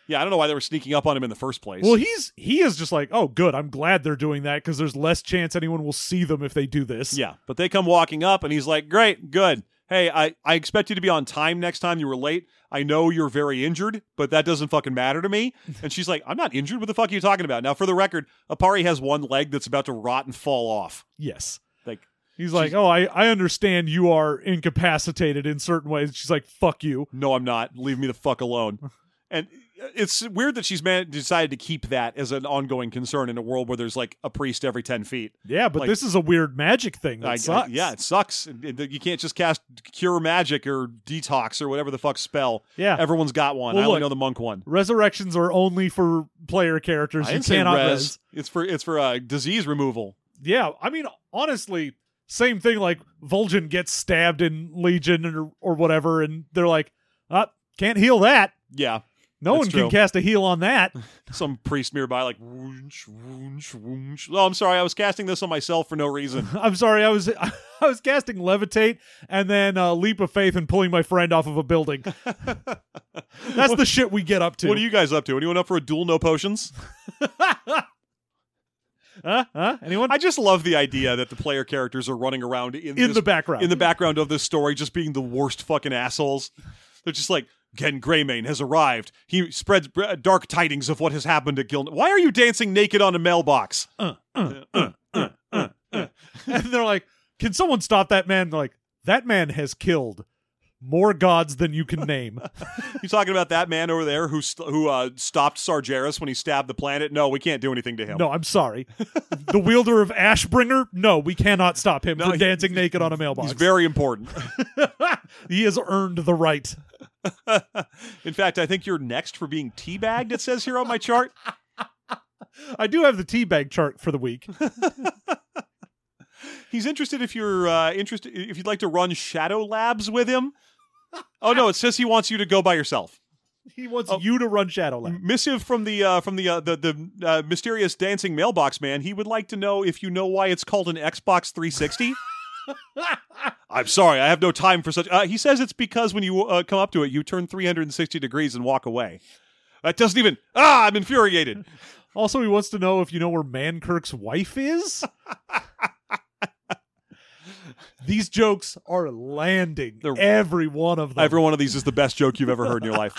Speaker 2: Yeah, I don't know why they were sneaking up on him in the first place.
Speaker 3: Well, he's he is just like, "Oh, good. I'm glad they're doing that because there's less chance anyone will see them if they do this."
Speaker 2: yeah, but they come walking up, and he's like, great, good. Hey, I, I expect you to be on time next time you were late. I know you're very injured, but that doesn't fucking matter to me. And she's like, I'm not injured. What the fuck are you talking about? Now, for the record, Apari has one leg that's about to rot and fall off.
Speaker 3: Yes.
Speaker 2: Like,
Speaker 3: He's like, "Oh, I I understand you are incapacitated in certain ways." She's like, "Fuck you."
Speaker 2: no, I'm not. Leave me the fuck alone. And it's weird that she's man- decided to keep that as an ongoing concern in a world where there's like a priest every 10 feet.
Speaker 3: Yeah, but
Speaker 2: Like-
Speaker 3: this is a weird magic thing that
Speaker 2: I- I-
Speaker 3: sucks.
Speaker 2: yeah, it sucks. It- it- You can't just cast cure magic or detox or whatever the fuck spell.
Speaker 3: Yeah.
Speaker 2: Everyone's got one.
Speaker 3: Well,
Speaker 2: I only
Speaker 3: look.
Speaker 2: know the monk one.
Speaker 3: Resurrections are only for player characters.
Speaker 2: I
Speaker 3: you
Speaker 2: didn't say
Speaker 3: cannot
Speaker 2: res.
Speaker 3: res.
Speaker 2: It's for it's for uh, disease removal.
Speaker 3: yeah, I mean, honestly, same thing. Like Vulcan gets stabbed in Legion or or whatever, and they're like, uh, can't heal that.
Speaker 2: Yeah,
Speaker 3: No
Speaker 2: That's
Speaker 3: one
Speaker 2: true.
Speaker 3: can cast a heal on that.
Speaker 2: some priest nearby like woonch woonch woonch. Oh, I'm sorry, I was casting this on myself for no reason.
Speaker 3: I'm sorry, I was I was casting levitate and then uh, leap of faith and pulling my friend off of a building. That's the shit we get up to.
Speaker 2: What are you guys up to? Anyone up for a duel? No potions.
Speaker 3: Huh? Huh? Anyone?
Speaker 2: I just love the idea that the player characters are running around in,
Speaker 3: in
Speaker 2: this-
Speaker 3: the background.
Speaker 2: in the background of this story, just being the worst fucking assholes. They're just like. Gen Greymane has arrived. He spreads br- uh, dark tidings of what has happened to Gil. Why are you dancing naked on a mailbox?
Speaker 3: and they're like, "Can someone stop that man?" They're like, "That man has killed more gods than you can name."
Speaker 2: You talking about that man over there who st- who uh, stopped Sargeras when he stabbed the planet? No, we can't do anything to him.
Speaker 3: no, I'm sorry. the wielder of Ashbringer. No, we cannot stop him from
Speaker 2: he-
Speaker 3: dancing naked on a mailbox.
Speaker 2: he's very important.
Speaker 3: he has earned the right.
Speaker 2: In fact, I think you're next for being teabagged. It says here on my chart.
Speaker 3: I do have the teabag chart for the week.
Speaker 2: He's interested if you're uh, interested if you'd like to run Shadow Labs with him. Oh no, it says he wants you to go by yourself.
Speaker 3: He wants
Speaker 2: Oh.
Speaker 3: you to run Shadowland.
Speaker 2: Missive from the uh, from the uh, the the uh, mysterious dancing mailbox man. He would like to know if you know why it's called an Xbox 360. I'm sorry, I have no time for such. Uh, he says it's because when you uh, come up to it, you turn 360 degrees and walk away. That doesn't even. Ah, I'm infuriated.
Speaker 3: Also, he wants to know if you know where Mankirk's wife is. These jokes are landing.
Speaker 2: They're-
Speaker 3: every one of them.
Speaker 2: Every one of these is the best joke you've ever heard in your life.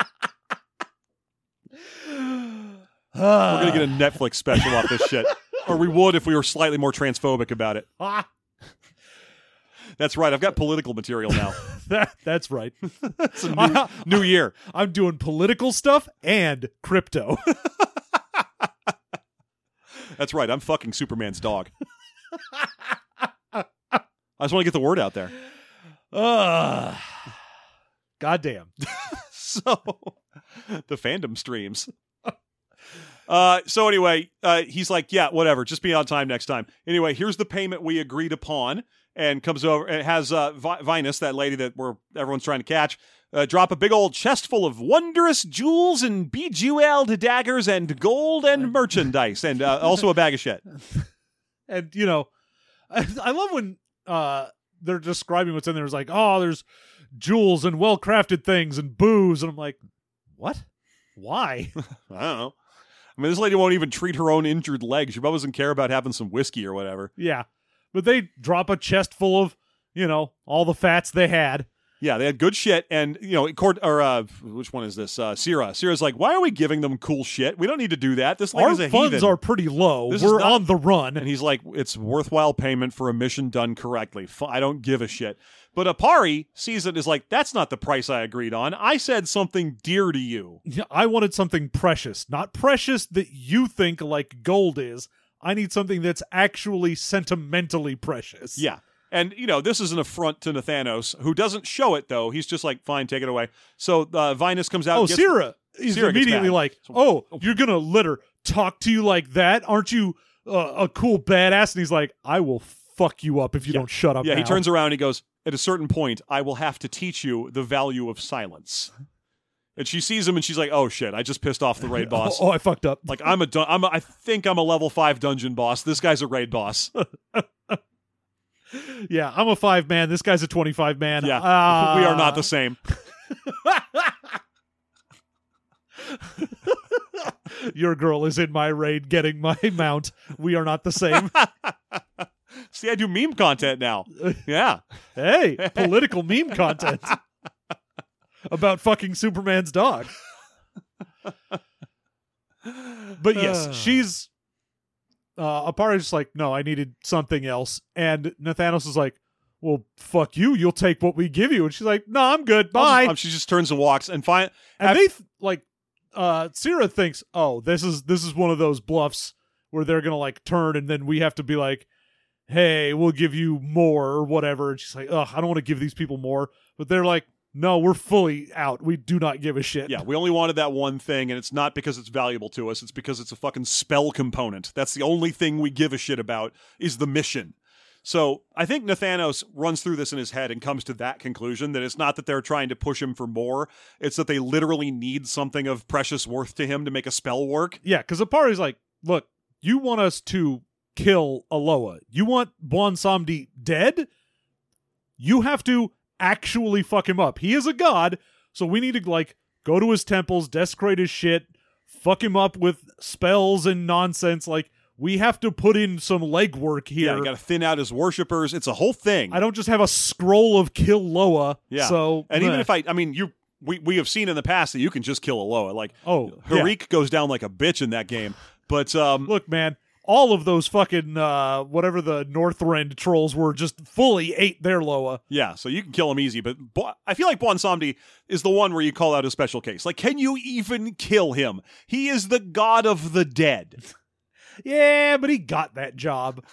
Speaker 2: We're gonna get a Netflix special off this shit, or we would if we were slightly more transphobic about it.
Speaker 3: Ah,
Speaker 2: That's right. I've got political material now.
Speaker 3: that, that's right.
Speaker 2: It's a new, new year.
Speaker 3: I'm doing political stuff and crypto.
Speaker 2: That's right. I'm fucking Superman's dog. I just want to get the word out there.
Speaker 3: Ugh. Goddamn.
Speaker 2: so the fandom streams. Uh, so anyway, uh, he's like, yeah, whatever, just be on time next time. Anyway, here's the payment we agreed upon, and comes over and has uh, Vi- Vinus, that lady that we're everyone's trying to catch, uh, drop a big old chest full of wondrous jewels and bejeweled daggers and gold and merchandise, and uh, also a bag of shit.
Speaker 3: And you know, I, I love when uh they're describing what's in there. It's like, oh, there's jewels and well crafted things and booze, and I'm like, what? Why?
Speaker 2: I don't know. I mean, this lady won't even treat her own injured leg. She probably doesn't care about having some whiskey or whatever.
Speaker 3: yeah. But they drop a chest full of, you know, all the fats they had.
Speaker 2: Yeah, they had good shit, and you know, court or uh, which one is this? Uh, Sierra. Sierra's like, why are we giving them cool shit? We don't need to do that. This
Speaker 3: Our
Speaker 2: lady's a
Speaker 3: funds
Speaker 2: heathen.
Speaker 3: are pretty low.
Speaker 2: This is
Speaker 3: We're
Speaker 2: not-
Speaker 3: on the run.
Speaker 2: and he's like, it's worthwhile payment for a mission done correctly. F- I don't give a shit. But Apari sees it is like, that's not the price I agreed on. I said something dear to you.
Speaker 3: Yeah, I wanted something precious, not precious that you think like gold is. I need something that's actually sentimentally precious.
Speaker 2: Yeah. And you know this is an affront to Nathanos, who doesn't show it though. He's just like, "Fine, take it away." So uh, Vinus comes out.
Speaker 3: Oh,
Speaker 2: and gets-
Speaker 3: Syrah
Speaker 2: Syrah
Speaker 3: is
Speaker 2: gets
Speaker 3: immediately
Speaker 2: mad.
Speaker 3: like, "Oh, you're gonna let her talk to you like that? Aren't you uh, a cool badass?" And he's like, "I will fuck you up if you don't shut up.
Speaker 2: Yeah, he
Speaker 3: now."
Speaker 2: turns around and he goes, At a certain point, I will have to teach you the value of silence. And she sees him and she's like, Oh shit, I just pissed off the raid boss.
Speaker 3: Oh, oh, I fucked up.
Speaker 2: Like I'm a, dun- I'm a I think I'm a level five dungeon boss. This guy's a raid boss.
Speaker 3: yeah, I'm a five man. This guy's a twenty five man.
Speaker 2: Yeah,
Speaker 3: Ah.
Speaker 2: we are not the same.
Speaker 3: Your girl is in my raid getting my mount. We are not the same.
Speaker 2: See, I do meme content now. Yeah,
Speaker 3: hey, political meme content about fucking Superman's dog. But yes, she's uh Apara's just like, no, I needed something else. And Nathanos is like, Well, fuck you, you'll take what we give you. And she's like, No, I'm good. Bye.
Speaker 2: Um, she just turns and walks and find.
Speaker 3: and they th- like uh Sira thinks, "Oh, this is this is one of those bluffs where they're going to like turn and then we have to be like, "Hey, we'll give you more or whatever." And she's like, "Ugh, I don't want to give these people more." But they're like, "No, we're fully out. We do not give a shit."
Speaker 2: Yeah, we only wanted that one thing, and it's not because it's valuable to us. It's because it's a fucking spell component. That's the only thing we give a shit about is the mission. So I think Nathanos runs through this in his head and comes to that conclusion that it's not that they're trying to push him for more. It's that they literally need something of precious worth to him to make a spell work.
Speaker 3: Yeah, because Apari's like, look, you want us to kill Aloa. You want Bon Samdi dead? You have to actually fuck him up. He is a god, so we need to like go to his temples, desecrate his shit, fuck him up with spells and nonsense. Like, we have to put in some legwork
Speaker 2: Yeah,
Speaker 3: here.
Speaker 2: you got to thin out his worshippers. It's a whole thing.
Speaker 3: I don't just have a scroll of kill Loa.
Speaker 2: Yeah.
Speaker 3: So
Speaker 2: and even
Speaker 3: meh.
Speaker 2: if I, I mean, you, we, we have seen in the past that you can just kill Aloha. Like
Speaker 3: oh yeah.
Speaker 2: Harik goes down like a bitch in that game, but um,
Speaker 3: look, man, all of those fucking uh whatever the Northrend trolls were just fully ate their Loa.
Speaker 2: Yeah, so you can kill him easy, but Bo- I feel like Bonsamdi is the one where you call out a special case. Like, can you even kill him? He is the god of the dead.
Speaker 3: Yeah, but he got that job.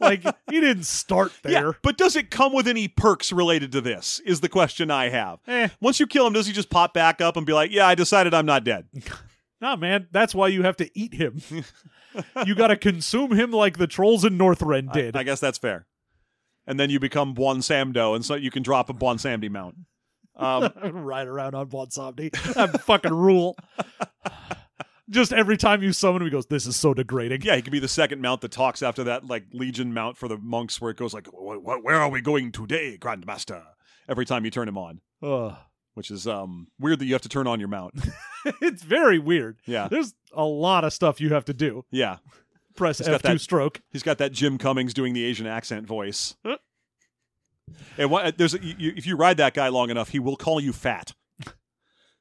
Speaker 3: Like he didn't start
Speaker 2: Yeah,
Speaker 3: there.
Speaker 2: but does it come with any perks related to this? Is the question I have.
Speaker 3: Eh,
Speaker 2: Once you kill him, does he just pop back up and be like, "Yeah, I decided I'm not dead"?
Speaker 3: nah, man, that's why you have to eat him. you got to consume him like the trolls in Northrend did.
Speaker 2: I guess that's fair. And then you become Bonsamdo, and so you can drop a Bonsamdi mount. Um,
Speaker 3: Ride around on Bonsomni. That fucking rule. Just every time you summon him, he goes, "This is so degrading."
Speaker 2: Yeah, he could be the second mount that talks after that, like Legion mount for the monks, where it goes like, "Wh- wh- "Where are we going today, Grandmaster?" Every time you turn him on,
Speaker 3: Ugh.
Speaker 2: which is um weird that you have to turn on your mount.
Speaker 3: it's very weird.
Speaker 2: Yeah,
Speaker 3: There's a lot of stuff you have to do.
Speaker 2: yeah.
Speaker 3: Press
Speaker 2: He's got
Speaker 3: F2
Speaker 2: that-
Speaker 3: stroke.
Speaker 2: He's got that Jim Cummings doing the Asian accent voice. and what, uh, there's a, you, you- if you ride that guy long enough, he will call you fat.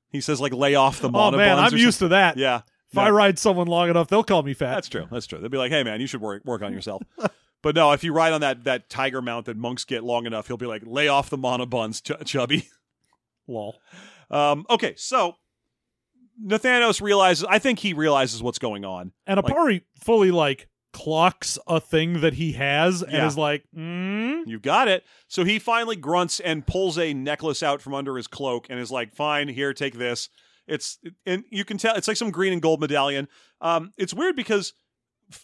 Speaker 2: He says like, "Lay off the
Speaker 3: Oh
Speaker 2: monobons."
Speaker 3: man, I'm
Speaker 2: or
Speaker 3: used to that.
Speaker 2: something. Yeah,
Speaker 3: If I
Speaker 2: No.
Speaker 3: ride someone long enough, they'll call me fat.
Speaker 2: That's true. That's true. They'd be like, "Hey, man, you should work work on yourself." but no, if you ride on that that tiger mount that monks get long enough, he'll be like, "Lay off the monobuns, ch- chubby."
Speaker 3: Lol.
Speaker 2: Um, okay, so Nathanos realizes. I think he realizes what's going on.
Speaker 3: And
Speaker 2: Like-
Speaker 3: Apari fully like clocks a thing that he has and
Speaker 2: Yeah.
Speaker 3: is like, mm,
Speaker 2: You got it. So he finally grunts and pulls a necklace out from under his cloak and is like, "Fine, here, take this." It's and you can tell it's like some green and gold medallion. Um, it's weird because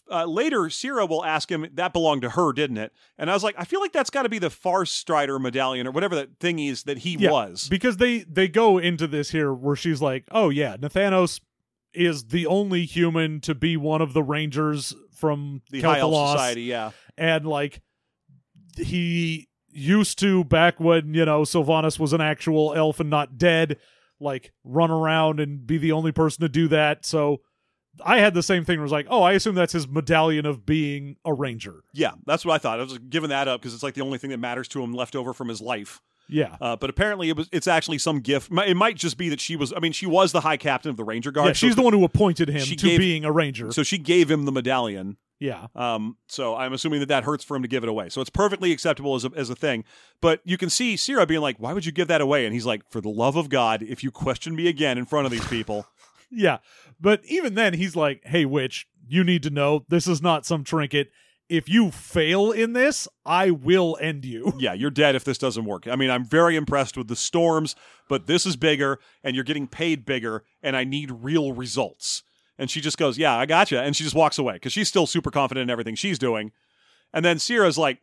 Speaker 2: uh, later Sierra will ask him that belonged to her, didn't it? And I was like, I feel like that's got to be the Farstrider medallion or whatever that thing is that he
Speaker 3: Yeah.
Speaker 2: was.
Speaker 3: because they they go into this here where she's like, oh yeah, Nathanos is the only human to be one of the rangers from
Speaker 2: The High Elf
Speaker 3: Kel'Thalas,
Speaker 2: Society, yeah,
Speaker 3: and like he used to back when you know Sylvanas was an actual elf and not dead, like run around and be the only person to do that. So I had the same thing. Where it was like, oh, I assume that's his medallion of being a ranger.
Speaker 2: yeah. That's what I thought. I was just giving that up because it's like the only thing that matters to him left over from his life.
Speaker 3: Yeah.
Speaker 2: Uh, but apparently, it was. It's actually some gift. Mi- It might just be that she was. I mean, she was the high captain of the Ranger Guard.
Speaker 3: yeah, she's
Speaker 2: so,
Speaker 3: the one who appointed him
Speaker 2: She
Speaker 3: to
Speaker 2: gave-
Speaker 3: being a ranger.
Speaker 2: So she gave him the medallion.
Speaker 3: yeah.
Speaker 2: Um, so I'm assuming that that hurts for him to give it away. So it's perfectly acceptable as a, as a thing. But you can see Sierra being like, "Why would you give that away?" And he's like, "For the love of God, if you question me again in front of these people,
Speaker 3: Yeah. But even then he's like, "Hey witch, you need to know this is not some trinket. If you fail in this, I will end you."
Speaker 2: yeah, you're dead if this doesn't work." I mean, I'm very impressed with the storms, but this is bigger, and you're getting paid bigger, and I need real results. And she just goes, "Yeah, I gotcha," and she just walks away because she's still super confident in everything she's doing. And then Sierra's like,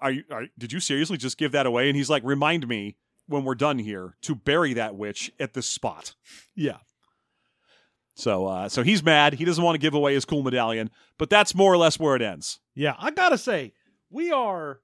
Speaker 2: are you, are, did you seriously just give that away? And he's like, remind me when we're done here to bury that witch at this spot.
Speaker 3: Yeah.
Speaker 2: So, uh, so he's mad. He doesn't want to give away his cool medallion, but that's more or less where it ends.
Speaker 3: Yeah. I gotta say, we are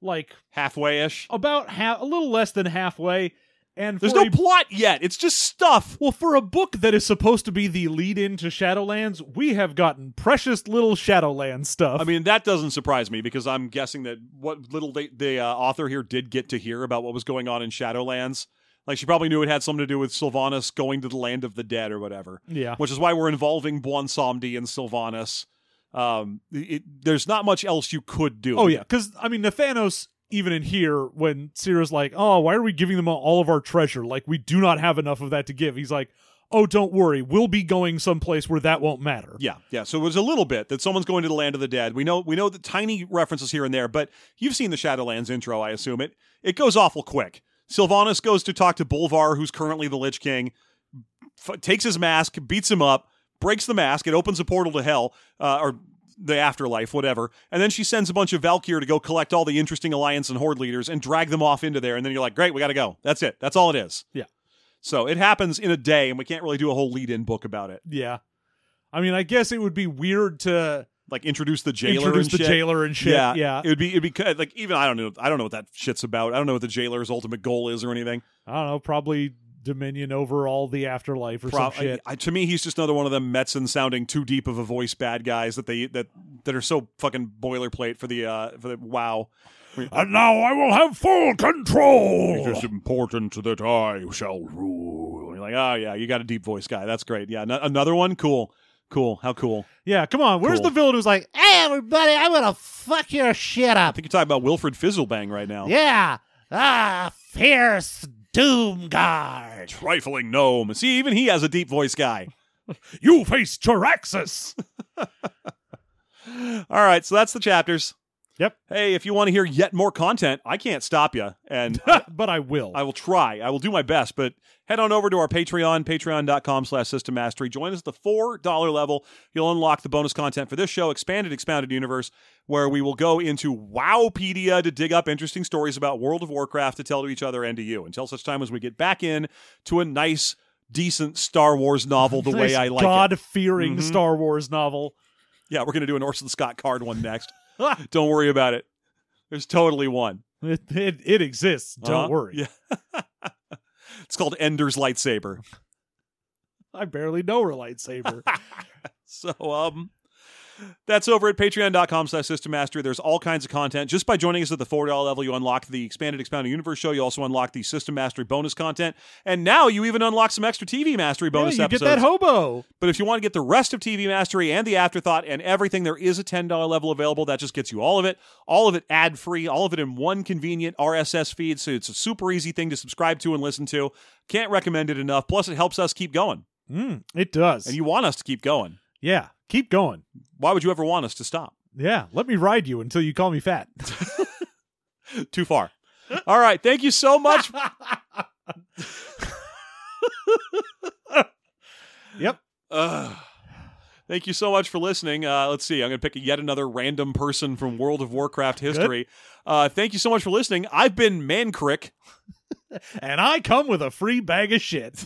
Speaker 3: like
Speaker 2: Halfway ish.
Speaker 3: about half, a little less than halfway. And
Speaker 2: There's
Speaker 3: for
Speaker 2: no
Speaker 3: a,
Speaker 2: plot yet. It's just stuff.
Speaker 3: well, for a book that is supposed to be the lead in to Shadowlands, we have gotten precious little Shadowlands stuff.
Speaker 2: I mean, that doesn't surprise me because I'm guessing that what little they, the uh, author here did get to hear about what was going on in Shadowlands, like she probably knew it had something to do with Sylvanas going to the land of the dead or whatever.
Speaker 3: yeah.
Speaker 2: which is why we're involving Buonsamdi and Sylvanas. Um, it, there's not much else you could do.
Speaker 3: Oh yeah, because I mean, Nathanos. Even in here, when Sierra's like, "Oh, why are we giving them all of our treasure? Like, we do not have enough of that to give." He's like, "Oh, don't worry, we'll be going someplace where that won't matter."
Speaker 2: yeah, yeah. So it was a little bit that someone's going to the land of the dead. We know, we know the tiny references here and there, but you've seen the Shadowlands intro, I assume it. It goes awful quick. Sylvanas goes to talk to Bolvar, who's currently the Lich King. F- takes his mask, beats him up, breaks the mask. It opens a portal to hell, uh, or the afterlife, whatever. And then she sends a bunch of Valkyr to go collect all the interesting alliance and horde leaders and drag them off into there. And then you're like, great, we got to go. That's it. That's all it is.
Speaker 3: Yeah.
Speaker 2: So it happens in a day, and we can't really do a whole lead-in book about it.
Speaker 3: yeah. I mean, I guess it would be weird to
Speaker 2: Like introduce the jailer.
Speaker 3: introduce
Speaker 2: and
Speaker 3: the
Speaker 2: shit.
Speaker 3: jailer and shit.
Speaker 2: Yeah,
Speaker 3: Yeah,
Speaker 2: It would be it'd be ki- like even I don't know I don't know what that shit's about. I don't know what the jailer's ultimate goal is or anything.
Speaker 3: I don't know, probably dominion over all the afterlife or
Speaker 2: Pro-
Speaker 3: some shit.
Speaker 2: I, I- to me, he's just another one of them Metzen sounding too deep of a voice bad guys that they that that are so fucking boilerplate for the uh for the wow.
Speaker 3: and now I will have full control.
Speaker 2: important that I shall rule. You're like, oh yeah, you got a deep voice guy. That's great. Yeah, no- another one. Cool, cool. How cool.
Speaker 3: Yeah, come on. Where's
Speaker 2: Cool.
Speaker 3: the villain who's like, "Hey, everybody, I'm gonna fuck your shit
Speaker 2: I
Speaker 3: up."
Speaker 2: think you're talking about Wilfred Fizzlebang right
Speaker 3: Oh.
Speaker 2: now.
Speaker 3: Yeah. Ah, fierce doom guard.
Speaker 2: Trifling gnome. See, even he has a deep voice guy.
Speaker 3: You face Charaxus.
Speaker 2: All right, so that's the chapters.
Speaker 3: Yep.
Speaker 2: Hey, if you want to hear yet more content, I can't stop you, and
Speaker 3: but I will.
Speaker 2: I will try. I will do my best, but head on over to our Patreon, patreon.com slash system mastery. Join us at the $4 level. You'll unlock the bonus content for this show, Expanded Expounded Universe, where we will go into Wowpedia to dig up interesting stories about World of Warcraft to tell to each other and to you until such time as we get back in to a nice, decent Star Wars novel the way I like it.
Speaker 3: God-fearing
Speaker 2: Mhm.
Speaker 3: Star Wars novel.
Speaker 2: Yeah, we're going to do an Orson Scott Card one next. Don't worry about it. There's totally one.
Speaker 3: It, it, it exists. Don't
Speaker 2: Uh-huh.
Speaker 3: worry.
Speaker 2: Yeah. it's called Ender's Lightsaber.
Speaker 3: I barely know her lightsaber.
Speaker 2: So um that's over at patreon.com slash system mastery. There's all kinds of content. Just by joining us at the $4 level, you unlock the expanded expounded universe show. You also unlock the system mastery bonus content. And now you even unlock some extra TV mastery
Speaker 3: yeah,
Speaker 2: bonus
Speaker 3: you get
Speaker 2: episodes.
Speaker 3: that hobo.
Speaker 2: But if you want to get the rest of TV Mastery and the Afterthought and everything, there is a $10 level available. That just gets you all of it, all of it ad free, all of it in one convenient RSS feed. So it's a super easy thing to subscribe to and listen to. Can't recommend it enough. Plus, it helps us keep going.
Speaker 3: Mm, it does.
Speaker 2: And you want us to keep going.
Speaker 3: yeah. Keep going.
Speaker 2: Why would you ever want us to stop?
Speaker 3: Yeah. Let me ride you until you call me fat.
Speaker 2: Too far. All right. Thank you so much.
Speaker 3: Yep.
Speaker 2: Ugh. Thank you so much for listening. Uh, let's see. I'm going to pick yet another random person from World of Warcraft history. Uh, thank you so much for listening. I've been Mancrick.
Speaker 3: and I come with a free bag of shit.